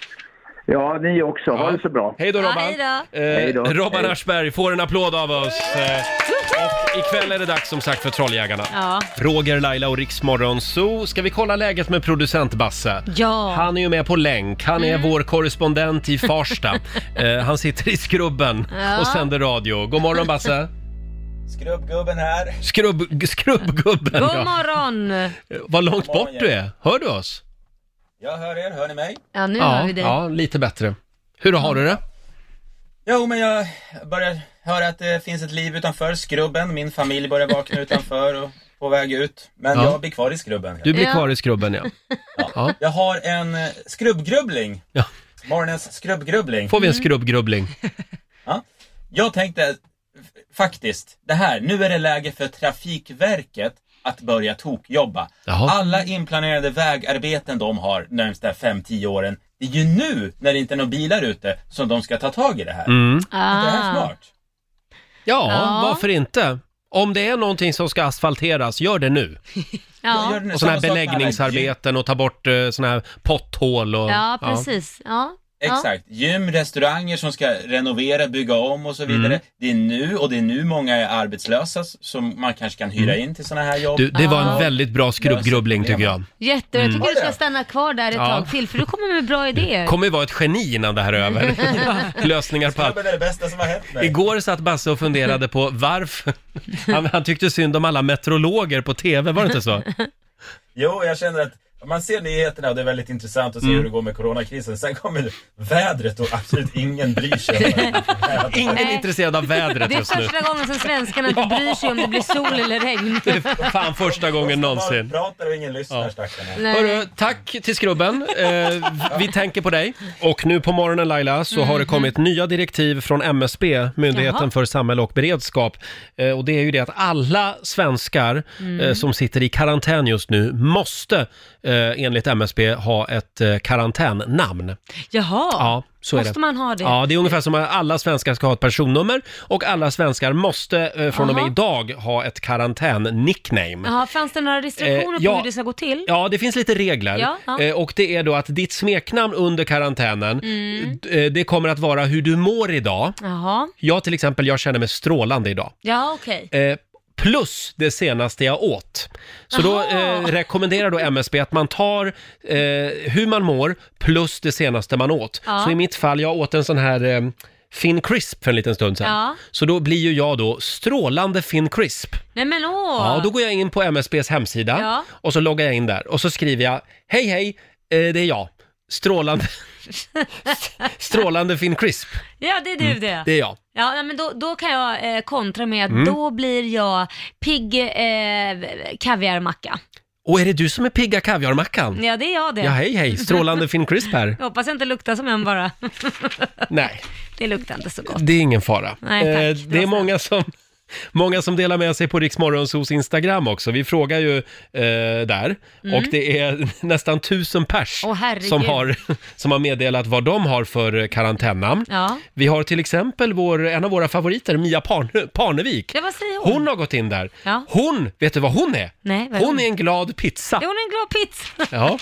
Speaker 18: Ja, ni också. Ha det så bra.
Speaker 1: Hej då
Speaker 2: Ja,
Speaker 1: Robban!
Speaker 2: hej då.
Speaker 1: Eh,
Speaker 18: Hej då.
Speaker 1: Robban
Speaker 18: Hej.
Speaker 1: Aschberg får en applåd av oss. Eh, och ikväll är det dags som sagt för Trolljägarna.
Speaker 2: Ja.
Speaker 1: Roger, Laila och Riksmorgon Så Ska vi kolla läget med producent Basse?
Speaker 2: Ja.
Speaker 1: Han är ju med på länk. Han är
Speaker 2: Mm.
Speaker 1: vår korrespondent i Farsta. eh, han sitter i Skrubben
Speaker 5: Ja.
Speaker 1: och sänder radio. God morgon Basse!
Speaker 5: Skrubbgubben här.
Speaker 1: Skrubb, g- skrubbgubben!
Speaker 2: God
Speaker 1: ja.
Speaker 2: morgon!
Speaker 1: Eh, Vad långt
Speaker 5: God morgon,
Speaker 1: bort du är. Hör du oss?
Speaker 5: Jag hör er, hör ni mig?
Speaker 2: Ja, nu
Speaker 1: ja,
Speaker 2: hör vi dig.
Speaker 1: ja, lite bättre. Hur har du det?
Speaker 5: Jo, men jag börjar höra att det finns ett liv utanför skrubben. Min familj börjar vakna utanför och på väg ut. Men
Speaker 1: Ja.
Speaker 5: jag blir kvar i skrubben.
Speaker 1: Du blir kvar i Skrubben ja. ja.
Speaker 5: Jag har en eh, skrubbgrubbling. Morgonens skrubbgrubbling.
Speaker 1: Får vi
Speaker 2: Mm.
Speaker 1: en skrubbgrubbling?
Speaker 5: Ja. Jag tänkte f- faktiskt det här, nu är det läge för Trafikverket att börja tokjobba.
Speaker 1: Jaha.
Speaker 5: Alla inplanerade vägarbeten de har närmsta 5-10 åren, det är ju nu när det inte är några bilar ute som de ska ta tag i det här.
Speaker 1: Mm.
Speaker 5: Det här är
Speaker 2: Ah.
Speaker 5: smart.
Speaker 1: Ja,
Speaker 2: Ja.
Speaker 1: varför inte? Om det är någonting som ska asfalteras, gör det nu.
Speaker 5: Jag
Speaker 2: Ja.
Speaker 5: gör det nu.
Speaker 1: Och sådana
Speaker 5: Samma sak
Speaker 1: här
Speaker 5: med alla
Speaker 1: beläggningsarbeten och ta bort eh, sådana här potthål och...
Speaker 2: ja, precis. Ja. Ja.
Speaker 5: Exakt. Gym, restauranger som ska renovera, bygga om och så vidare.
Speaker 1: Mm.
Speaker 5: Det är nu och det är nu många är arbetslösa s- som man kanske kan hyra
Speaker 1: Mm.
Speaker 5: in till sådana här jobb.
Speaker 1: Du, det var
Speaker 2: Ja.
Speaker 1: en väldigt bra skrubbgrubbling tycker jag.
Speaker 2: Jättebra, jag tycker
Speaker 1: Mm.
Speaker 2: du ska stanna kvar där ett
Speaker 1: Ja.
Speaker 2: tag till för du kommer med bra idéer.
Speaker 1: kommer ju vara ett geni innan det här är över. Lösningar på allt.
Speaker 5: Skrubben är det bästa som har hänt mig.
Speaker 1: Igår satt Basse och funderade på varför... Han, han tyckte synd om alla meteorologer på TV, var det inte så?
Speaker 5: Jo, jag känner att man ser nyheterna och det är väldigt intressant att se
Speaker 1: Mm.
Speaker 5: hur det går med coronakrisen. Sen kommer vädret och absolut ingen bryr sig.
Speaker 1: Ingen är
Speaker 2: Nej.
Speaker 1: intresserad av vädret
Speaker 2: Det är
Speaker 1: just nu.
Speaker 2: första gången som svenskarna inte bryr sig om det blir sol eller regn.
Speaker 1: Det är fan första gången någonsin.
Speaker 5: pratar och ingen lyssnar stackarna.
Speaker 2: Nej.
Speaker 1: Hörru, tack till Skrubben. Eh, vi tänker på dig. Mhm. Och nu på morgonen Laila så har det kommit nya direktiv från MSB, Myndigheten
Speaker 5: Jaha.
Speaker 1: för samhälle och beredskap. Eh, och det är ju det att alla svenskar
Speaker 5: Mm.
Speaker 1: eh, som sitter i karantän just nu måste eh, enligt MSB ha ett eh, karantännamn.
Speaker 2: Jaha,
Speaker 1: Ja, så
Speaker 2: måste
Speaker 1: är det.
Speaker 2: man ha det?
Speaker 1: Ja, det är ungefär som att alla svenskar ska ha ett personnummer och alla svenskar måste eh, från och med
Speaker 2: Jaha.
Speaker 1: idag ha ett karantän-nickname.
Speaker 2: Jaha, fanns det några restriktioner
Speaker 1: Eh, ja.
Speaker 2: på hur det ska gå till?
Speaker 1: Ja, det finns lite regler.
Speaker 2: Ja, ja.
Speaker 1: Eh, Och det är då att ditt smeknamn under karantänen,
Speaker 2: Mm.
Speaker 1: d- eh, det kommer att vara hur du mår idag.
Speaker 2: Jaha,
Speaker 1: Jag till exempel, jag känner mig strålande idag.
Speaker 2: ja okej.
Speaker 1: Eh, Plus det senaste jag åt. Så då eh, rekommenderar då MSB att man tar eh, hur man mår plus det senaste man åt.
Speaker 2: Ja.
Speaker 1: Så i mitt fall, jag åt en sån här eh, Finn Crisp för en liten stund sedan.
Speaker 2: Ja.
Speaker 1: Så då blir ju jag då strålande Finn Crisp.
Speaker 2: Nej men åh!
Speaker 1: Ja, då går jag in på MSBs hemsida
Speaker 2: Ja.
Speaker 1: och så loggar jag in där och så skriver jag Hej hej, eh, det är jag. Strålande, strålande Finn Crisp.
Speaker 2: Ja, det är du det.
Speaker 1: Mm. Det är jag.
Speaker 2: Ja, ja, men då, då kan jag eh, kontra med att
Speaker 1: Mm.
Speaker 2: då blir jag pigg eh, kaviarmacka.
Speaker 1: Och är det du som är pigga kaviarmackan?
Speaker 2: Ja, det är jag det.
Speaker 1: Ja, hej hej, strålande Finn Crisp här.
Speaker 2: Jag hoppas jag inte luktar som en bara.
Speaker 1: Nej,
Speaker 2: Det luktar inte så gott.
Speaker 1: det är ingen fara.
Speaker 2: Nej, tack.
Speaker 1: Eh, det är många som... Många som delar med sig på Riksmorgonsos Instagram också. Vi frågar ju eh, där
Speaker 2: Mm.
Speaker 1: och det är nästan tusen pers
Speaker 2: Åh, herregud.
Speaker 1: som, har, som har meddelat vad de har för karantännamn.
Speaker 2: Ja.
Speaker 1: Vi har till exempel vår, en av våra favoriter, Mia Parne, Parnevik.
Speaker 2: Ja, vad säger hon?
Speaker 1: Hon har gått in där.
Speaker 2: Ja.
Speaker 1: Hon, vet du vad hon är?
Speaker 2: Nej, vad är
Speaker 1: Hon
Speaker 2: hon?
Speaker 1: är en glad pizza.
Speaker 2: Ja, hon är en glad pizza.
Speaker 1: Ja.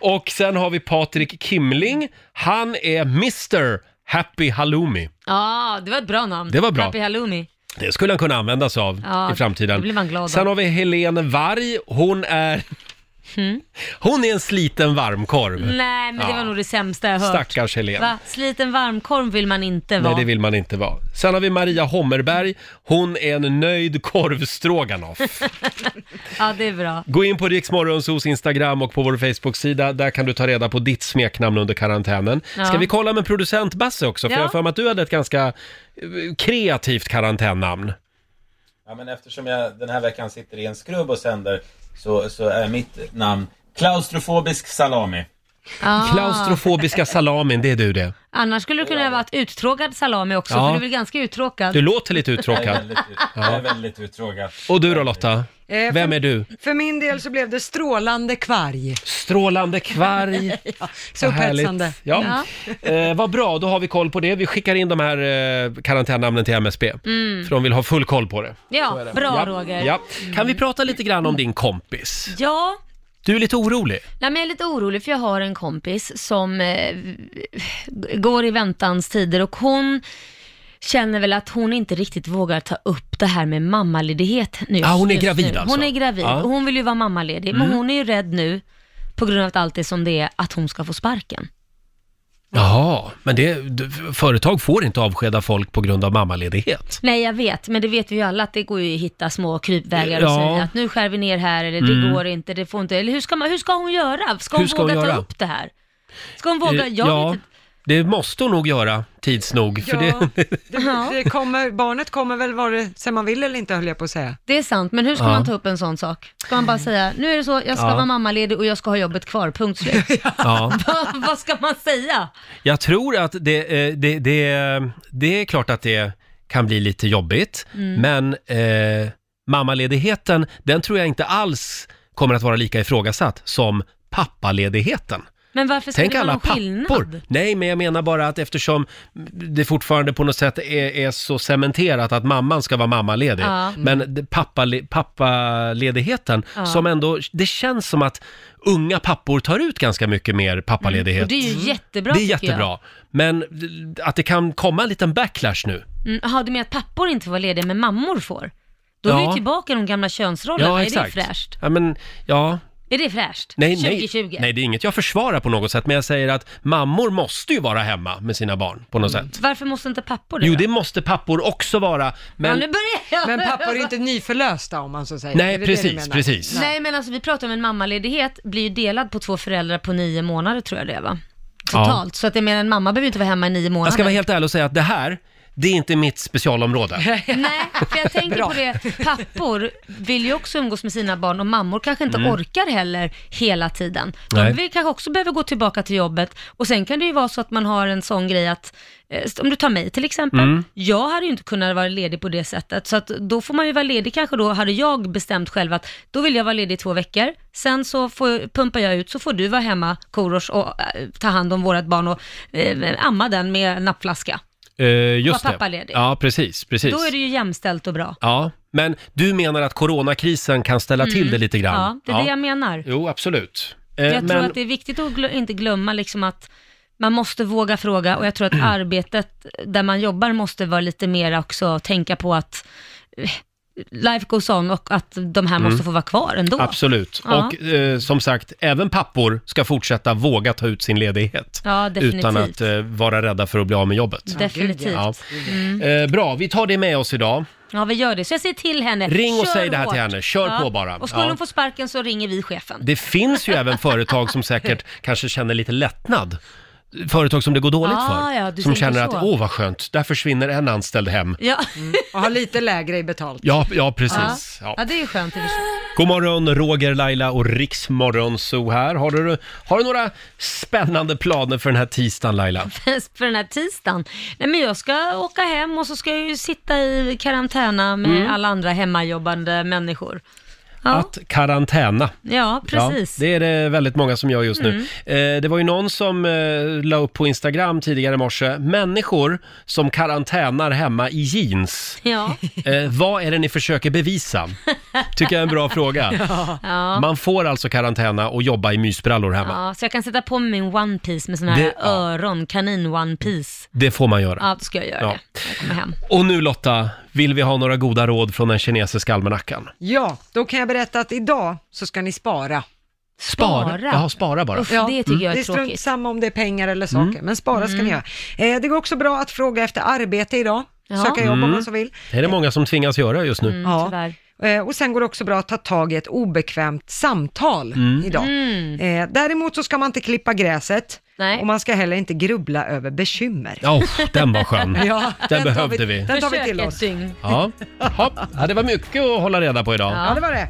Speaker 1: Och sen har vi Patrik Kimling. Han är Mr Happy Halloumi.
Speaker 2: Ja, det var ett bra namn.
Speaker 1: Det var bra.
Speaker 2: Happy halloumi.
Speaker 1: Det skulle han kunna använda sig av
Speaker 2: Ja,
Speaker 1: i framtiden.
Speaker 2: det blir man glad av.
Speaker 1: Sen har vi Helene Varg. Hon är...
Speaker 2: Mm.
Speaker 1: Hon är en sliten varmkorv.
Speaker 2: Nej, men det
Speaker 1: Ja.
Speaker 2: var nog det sämsta jag hört.
Speaker 1: Stackars Helene.
Speaker 2: Va? Sliten varmkorv vill man inte
Speaker 1: Nej,
Speaker 2: vara.
Speaker 1: det vill man inte vara. Sen har vi Maria Hommerberg. Hon är en nöjd korvstroganoff.
Speaker 2: ja, det är bra.
Speaker 1: Gå in på Riksmorgonsos Instagram och på vår Facebook-sida. Där kan du ta reda på ditt smeknamn under karantänen.
Speaker 2: Ja.
Speaker 1: Ska vi kolla med producent Basse också? För
Speaker 5: Ja.
Speaker 1: jag har för mig att du hade ett ganska eh, kreativt karantännamn.
Speaker 5: Ja, men eftersom jag den här veckan sitter i en skrubb och sänder så, så är mitt namn klaustrofobisk salami.
Speaker 2: Ah.
Speaker 1: Klaustrofobiska salamin, det är du det.
Speaker 2: Annars skulle du kunna ha varit uttråkad salami också,
Speaker 1: Ja.
Speaker 2: för du är väl ganska uttråkad?
Speaker 1: Du låter lite
Speaker 5: Jag
Speaker 1: uttråkad.
Speaker 5: är väldigt, ut- jag
Speaker 1: Ja.
Speaker 5: är väldigt uttråkad.
Speaker 1: Och du då Lotta?
Speaker 3: Eh,
Speaker 1: Vem
Speaker 3: för-
Speaker 1: är du?
Speaker 3: För min del så blev det strålande kvarg.
Speaker 1: Strålande kvarg.
Speaker 3: ja, så
Speaker 1: Vad härligt.
Speaker 3: upphetsande.
Speaker 1: Ja. Eh, vad bra, då har vi koll på det. Vi skickar in de här eh, karantännamnen till MSB.
Speaker 2: Mm.
Speaker 1: För de vill ha full koll på det.
Speaker 2: Ja, bra Roger.
Speaker 1: Ja. Kan vi prata lite grann om din kompis?
Speaker 2: Ja,
Speaker 1: Du är lite orolig.
Speaker 2: Nej, men jag är lite orolig för jag har en kompis som eh, går i väntans tider och hon känner väl att hon inte riktigt vågar ta upp det här med mammaledighet nu.
Speaker 1: Ja, hon är
Speaker 2: just
Speaker 1: gravid
Speaker 2: nu.
Speaker 1: alltså.
Speaker 2: Hon är gravid
Speaker 1: Ja.
Speaker 2: och hon vill ju vara mammaledig,
Speaker 1: Mm.
Speaker 2: men hon är ju rädd nu på grund av att allt det som det är, att hon ska få sparken.
Speaker 1: Jaha, men det, d- företag får inte avskeda folk på grund av mammaledighet.
Speaker 2: Nej, jag vet, men det vet vi ju alla att det går ju att hitta små krypvägar och
Speaker 1: Ja.
Speaker 2: säga att nu skär vi ner här eller det
Speaker 1: Mm.
Speaker 2: går inte, det får inte, eller hur ska, man, hur ska hon göra? Ska hon
Speaker 1: Hur ska hon
Speaker 2: våga ta
Speaker 1: göra?
Speaker 2: upp det här? Ska hon våga?
Speaker 1: Eh,
Speaker 2: Jag vet
Speaker 1: ja,
Speaker 2: inte.
Speaker 1: det måste hon nog göra tids nog. För
Speaker 3: Ja.
Speaker 1: det,
Speaker 3: Det, det kommer, barnet kommer väl vare sig man vill eller inte höll jag på att säga.
Speaker 2: Det är sant, men hur ska
Speaker 1: Ja.
Speaker 2: man ta upp en sån sak? Ska man bara säga, nu är det så, jag ska
Speaker 1: Ja.
Speaker 2: vara mammaledig och jag ska ha jobbet kvar, punkt slut.
Speaker 1: ja.
Speaker 2: Vad- Vad ska man säga?
Speaker 1: Jag tror att det, eh, det, det, det är klart att det kan bli lite jobbigt,
Speaker 2: Mm.
Speaker 1: men eh, mammaledigheten, den tror jag inte alls kommer att vara lika ifrågasatt som pappaledigheten.
Speaker 2: Men varför ska
Speaker 1: Tänk
Speaker 2: det vara
Speaker 1: alla
Speaker 2: någon skillnad?
Speaker 1: pappor! Nej, men jag menar bara att eftersom det fortfarande på något sätt är, är så cementerat att mamman ska vara mammaledig, Mm.
Speaker 2: Ja.
Speaker 1: men det- pappale- pappaledigheten
Speaker 2: Ja.
Speaker 1: som ändå, det känns som att unga pappor tar ut ganska mycket mer
Speaker 2: Mm,
Speaker 1: pappaledighet.
Speaker 2: Och det är ju jättebra
Speaker 1: Det Mm. är
Speaker 2: tycker
Speaker 1: jättebra. Men d- att det kan komma en liten backlash nu.
Speaker 2: jag. Mm, Jaha, du menar att pappor inte får vara lediga, men mammor får? Då är vi
Speaker 1: Ja.
Speaker 2: tillbaka i de gamla könsrollerna, är det fräscht?
Speaker 1: Ja, men, ja.
Speaker 2: Är det fräscht?
Speaker 1: Nej, nej,
Speaker 2: 2020?
Speaker 1: nej, det är inget jag försvarar på något sätt, men jag säger att mammor måste ju vara hemma med sina barn på
Speaker 2: Mm.
Speaker 1: något sätt.
Speaker 2: Varför måste inte pappor det
Speaker 1: Jo,
Speaker 2: då?
Speaker 1: det måste pappor också vara, men...
Speaker 2: Ja, nu börjar jag.
Speaker 3: Men pappor är inte nyförlösta om man så säger.
Speaker 1: Nej,
Speaker 3: Är det
Speaker 1: precis,
Speaker 3: det du menar?
Speaker 1: precis.
Speaker 2: Nej, men alltså vi pratar om en mammaledighet, blir ju delad på två föräldrar på nio månader tror jag det är va?
Speaker 1: Ja.
Speaker 2: Totalt, så att jag menar en mamma behöver ju inte vara hemma i nio månader.
Speaker 1: Jag ska vara helt ärlig och säga att det här, det är inte mitt specialområde.
Speaker 2: Nej, för jag tänker
Speaker 1: Bra.
Speaker 2: på det, pappor vill ju också umgås med sina barn och mammor kanske inte
Speaker 1: Mm.
Speaker 2: orkar heller hela tiden.
Speaker 1: Nej.
Speaker 2: De vill kanske också behöva gå tillbaka till jobbet och sen kan det ju vara så att man har en sån grej att, eh, om du tar mig till exempel,
Speaker 1: Mm.
Speaker 2: jag hade ju inte kunnat vara ledig på det sättet, så att då får man ju vara ledig kanske då, hade jag bestämt själv att då vill jag vara ledig i två veckor, sen så får, pumpar jag ut så får du vara hemma Korosh och eh, ta hand om vårt barn och eh, amma den med en nappflaska.
Speaker 1: Eh, just
Speaker 2: Var
Speaker 1: det.
Speaker 2: pappaledig.
Speaker 1: Ja, precis, precis.
Speaker 2: Då är det ju jämställt och bra.
Speaker 1: Ja, men du menar att coronakrisen kan ställa till
Speaker 2: Mm.
Speaker 1: det lite grann?
Speaker 2: Ja, det är det jag menar.
Speaker 1: Jo, absolut. Eh,
Speaker 2: jag tror
Speaker 1: men-
Speaker 2: att det är viktigt att glö- inte glömma liksom att man måste våga fråga och jag tror att
Speaker 1: Mm.
Speaker 2: arbetet där man jobbar måste vara lite mer också tänka på att eh, life goes on och att de här
Speaker 1: Mm.
Speaker 2: måste få vara kvar ändå.
Speaker 1: Absolut.
Speaker 2: Ja.
Speaker 1: Och eh, som sagt, även pappor ska fortsätta våga ta ut sin ledighet.
Speaker 2: Ja, definitivt.
Speaker 1: Utan att eh, vara rädda för att bli av med jobbet.
Speaker 2: Definitivt.
Speaker 1: Ja.
Speaker 2: Mm.
Speaker 1: Eh, bra, vi tar det med oss idag.
Speaker 2: Ja, vi gör det. Så jag säger till henne.
Speaker 1: Ring och
Speaker 2: kör
Speaker 1: säg det här
Speaker 2: hårt.
Speaker 1: till henne. Kör på bara.
Speaker 2: Och skulle
Speaker 1: Ja.
Speaker 2: hon få sparken så ringer vi chefen.
Speaker 1: Det finns ju även företag som säkert kanske känner lite lättnad. Företag som det går dåligt
Speaker 2: Ah,
Speaker 1: för.
Speaker 2: ja, du
Speaker 1: som
Speaker 2: tänker
Speaker 1: känner
Speaker 2: så.
Speaker 1: att, åh vad skönt, där försvinner en anställd hem.
Speaker 2: Ja.
Speaker 3: Och har lite lägre i betalt.
Speaker 1: Ja, ja precis.
Speaker 2: Ja.
Speaker 1: Ja.
Speaker 2: ja, det är ju skönt i och för sig.
Speaker 1: God morgon, Roger, Laila och Riksmorgon Zoo här. Har du, har du några spännande planer för den här tisdagen Laila?
Speaker 2: för den här tisdagen. Nej men jag ska åka hem och så ska jag ju sitta i karantäna med
Speaker 1: Mm.
Speaker 2: alla andra hemmajobbande människor. Ja,
Speaker 1: Att karantäna.
Speaker 2: ja precis. Mm.
Speaker 1: Ja, det är det väldigt många som gör just nu. Eh, det var ju någon som eh, la upp på Instagram tidigare i morse, människor som karantänar hemma i jeans.
Speaker 2: Ja.
Speaker 1: Eh, vad är det ni försöker bevisa? Tycker jag är en bra fråga.
Speaker 2: Ja.
Speaker 1: Man får alltså karantäna och jobba i mysbrallor hemma.
Speaker 2: ja, så jag kan sätta på mig min one piece med sån här
Speaker 1: Det- ja.
Speaker 2: öron, kanin one piece.
Speaker 1: Det får man göra.
Speaker 2: Ja, då ska jag göra
Speaker 1: Ja.
Speaker 2: det när jag kommer hem.
Speaker 1: Och nu Lotta, vill vi ha några goda råd från den kinesiska almanackan?
Speaker 3: Ja, då kan jag berätta att idag så ska ni spara.
Speaker 2: Spara.
Speaker 1: Jaha, spara bara.
Speaker 2: Uff, det tycker jag är
Speaker 3: det
Speaker 2: tråkigt.
Speaker 3: strunt samma om det är pengar eller saker,
Speaker 1: Mm.
Speaker 3: men spara ska ni
Speaker 2: Mm.
Speaker 3: göra. Eh, det går också bra att fråga efter arbete idag. Söka jobb om
Speaker 1: Mm.
Speaker 3: man så vill.
Speaker 1: Det är det många som tvingas göra just nu.
Speaker 2: Mm.
Speaker 3: ja. Eh, Och sen går det också bra att ta tag i ett obekvämt samtal
Speaker 1: Mm.
Speaker 3: idag. Eh, däremot så ska man inte klippa gräset och man ska heller inte grubbla över bekymmer.
Speaker 1: Ja, oh, den var skön.
Speaker 3: Ja,
Speaker 1: den,
Speaker 3: den tar
Speaker 1: behövde
Speaker 3: vi-
Speaker 1: vi.
Speaker 3: den tar vi till oss.
Speaker 1: Ja. Hopp. ja, det var mycket att hålla reda på idag.
Speaker 3: Ja, det var det.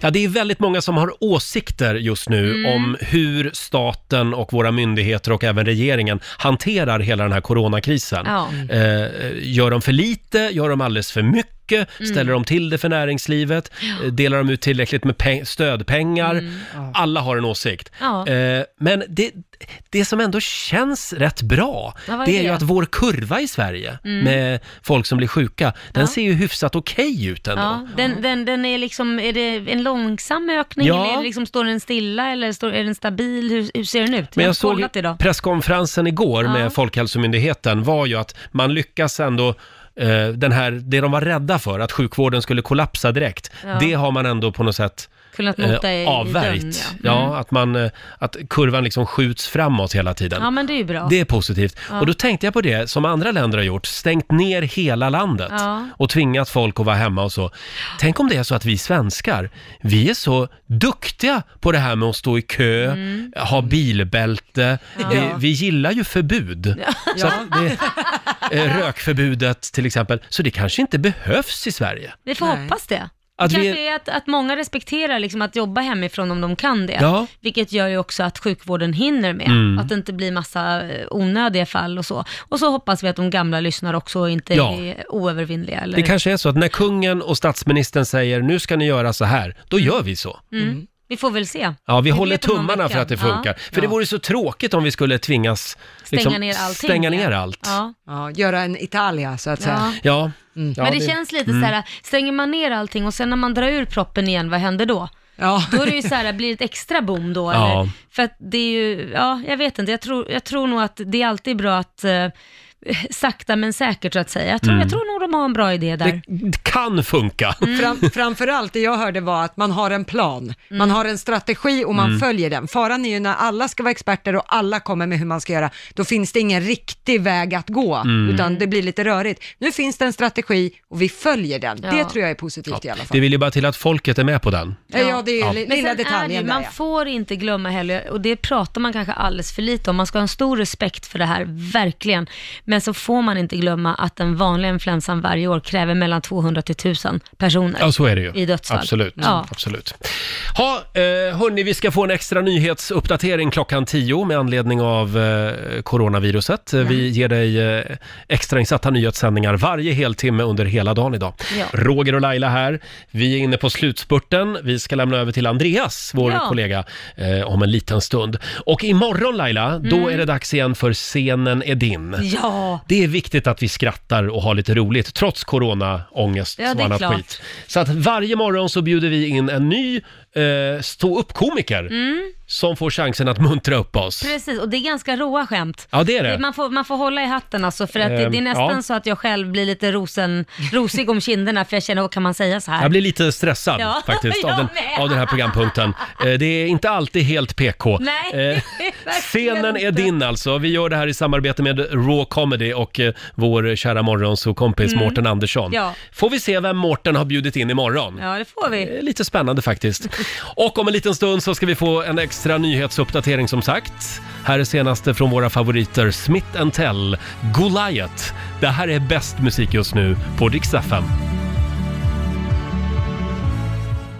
Speaker 1: Ja, det är väldigt många som har åsikter just nu
Speaker 3: Mm.
Speaker 1: om hur staten och våra myndigheter och även regeringen hanterar hela den här coronakrisen.
Speaker 2: Ja.
Speaker 1: Eh, gör de för lite? Gör de alldeles för mycket?
Speaker 2: Mm.
Speaker 1: Ställer de till det för näringslivet? Eh, Delar de ut tillräckligt med peng- stödpengar? Alla har en åsikt.
Speaker 2: Mm. Ja.
Speaker 1: Eh, men det, det som ändå känns rätt bra,
Speaker 2: Ja, vad är
Speaker 1: det är ju
Speaker 2: det?
Speaker 1: att vår kurva i Sverige
Speaker 2: Mm.
Speaker 1: med folk som blir sjuka, den ser ju hyfsat okej ut ändå.
Speaker 2: Ja, den, den, den är liksom, är det en långsam ökning
Speaker 1: Ja.
Speaker 2: eller är det liksom, står den stilla eller står, är den stabil? Hur, hur ser den ut? har
Speaker 1: Men jag
Speaker 2: inte
Speaker 1: såg
Speaker 2: kollat idag.
Speaker 1: presskonferensen igår
Speaker 2: Ja.
Speaker 1: med Folkhälsomyndigheten var ju att man lyckas ändå eh, den här, det de var rädda för, att sjukvården skulle kollapsa direkt,
Speaker 2: Ja.
Speaker 1: det har man ändå på något sätt
Speaker 2: Kunnat mota i- i
Speaker 1: Eh, avvärjt.
Speaker 2: dörren,
Speaker 1: ja.
Speaker 2: ja. Mm.
Speaker 1: att, man, eh, att kurvan liksom skjuts framåt hela tiden.
Speaker 2: Ja, men det är ju bra.
Speaker 1: Det är positivt.
Speaker 2: Ja.
Speaker 1: Och då tänkte jag på det som andra länder har gjort, stängt ner hela landet
Speaker 2: Ja.
Speaker 1: och tvingat folk att vara hemma och så. Tänk om det är så att vi svenskar, vi är så duktiga på det här med att stå i kö, ha bilbälte,
Speaker 2: Mm. Ja.
Speaker 1: eh, vi gillar ju förbud. Så att det, eh, rökförbudet till exempel, så det kanske inte behövs i Sverige.
Speaker 2: Vi får hoppas det.
Speaker 1: Att
Speaker 2: det kanske
Speaker 1: vi-
Speaker 2: är att, att många respekterar liksom att jobba hemifrån om de kan det.
Speaker 1: Ja.
Speaker 2: Vilket gör ju också att sjukvården hinner med.
Speaker 1: Mm.
Speaker 2: Att det inte blir massa eh, onödiga fall och så. Och så hoppas vi att de gamla lyssnar också och inte
Speaker 1: Ja.
Speaker 2: är oövervinnliga. Eller...
Speaker 1: Det kanske är så att när kungen och statsministern säger nu ska ni göra så här, då gör vi så.
Speaker 2: mm. Vi får väl se.
Speaker 1: Ja, vi
Speaker 2: Vi
Speaker 1: håller
Speaker 2: vet om någon
Speaker 1: tummarna
Speaker 2: vecka.
Speaker 1: för att det funkar.
Speaker 2: Ja.
Speaker 1: För det vore så tråkigt om vi skulle tvingas liksom,
Speaker 2: Stänga ner allting.
Speaker 1: Stänga ner allt.
Speaker 2: Ja.
Speaker 3: göra en Italia så att säga.
Speaker 1: Ja. Ja,
Speaker 2: Men det, känns lite
Speaker 1: Mm.
Speaker 2: så här, stänger man ner allting och sen när man drar ur proppen igen, vad händer då? Då är det ju så här, blir det ett extra boom då?
Speaker 1: Ja.
Speaker 2: Eller? För att det är ju, ja, jag vet inte, jag tror, jag tror nog att det är alltid bra att eh, sakta men säkert så att säga. Jag tror,
Speaker 1: Mm.
Speaker 2: jag tror nog de har en bra idé där. Mm.
Speaker 1: Det kan funka.
Speaker 3: Fram, framförallt det jag hörde var att man har en plan,
Speaker 2: Mm.
Speaker 3: man har en strategi och man
Speaker 1: Mm.
Speaker 3: följer den. Faran är ju när alla ska vara experter och alla kommer med hur man ska göra, då finns det ingen riktig väg att gå,
Speaker 1: Mm.
Speaker 3: utan det blir lite rörigt. Nu finns det en strategi och vi följer den. Det tror jag är positivt i alla fall.
Speaker 1: Det vill ju bara till att folket är med på den.
Speaker 3: Ja, ja det är ju
Speaker 1: Ja.
Speaker 3: li-
Speaker 2: Men
Speaker 3: lilla
Speaker 2: sen är det ju,
Speaker 3: detaljen där
Speaker 2: man
Speaker 3: ja.
Speaker 2: får inte glömma heller, och det pratar man kanske alldeles för lite om, man ska ha en stor respekt för det här, verkligen. Men så får man inte glömma att den vanliga influensan varje år kräver mellan 200 till 1000 personer
Speaker 1: Ja, så är det ju.
Speaker 2: i dödsfall.
Speaker 1: Absolut.
Speaker 2: Ja.
Speaker 1: Absolut. Ha, eh, hörni, vi ska få en extra nyhetsuppdatering klockan 10 med anledning av eh, coronaviruset. Eh, Vi ger dig eh, extrainsatta nyhetssändningar varje heltimme under hela dagen idag.
Speaker 4: Ja.
Speaker 1: Roger och Laila här. Vi är inne på slutspurten. Vi ska lämna över till Andreas, vår
Speaker 4: Ja.
Speaker 1: kollega, eh, om en liten stund. Och imorgon Laila, då
Speaker 4: Mm.
Speaker 1: är det dags igen för Scenen är din.
Speaker 2: Ja.
Speaker 1: Det är viktigt att vi skrattar och har lite roligt trots coronaångest
Speaker 2: Ja,
Speaker 1: och
Speaker 2: det är
Speaker 1: annat
Speaker 2: klart.
Speaker 1: skit. Så att varje morgon så bjuder vi in en ny eh, ståuppkomiker
Speaker 2: Mm.
Speaker 1: som får chansen att muntra upp oss.
Speaker 2: Precis, och det är ganska råa skämt.
Speaker 1: Ja, det är det.
Speaker 2: Man får, man får hålla i hatten alltså, för att det,
Speaker 1: Ehm,
Speaker 2: det är nästan
Speaker 1: ja.
Speaker 2: så att jag själv blir lite rosen, rosig om kinderna, för jag känner, "Åh, kan man säga så här?
Speaker 1: Jag blir lite stressad
Speaker 2: Ja,
Speaker 1: faktiskt av
Speaker 2: jag
Speaker 1: den,
Speaker 2: med.
Speaker 1: av den här programpunkten. Eh, det är inte alltid helt PK.
Speaker 2: Nej,
Speaker 1: Eh,
Speaker 2: verkligen
Speaker 1: Scenen är
Speaker 2: inte.
Speaker 1: din alltså. Vi gör det här i samarbete med Raw Comedy och eh, vår kära morgonsokompis
Speaker 2: Mm.
Speaker 1: Mårten Andersson.
Speaker 2: Ja.
Speaker 1: Får vi se vem Mårten har bjudit in imorgon.
Speaker 2: Ja, det får
Speaker 1: Det är
Speaker 2: vi.
Speaker 1: Eh, Lite spännande faktiskt. Och om en liten stund så ska vi få en extra nyhetsuppdatering som sagt. Här är senaste från våra favoriter Smith Tell, Goliath. Det här är bäst musik just nu på Dix FM.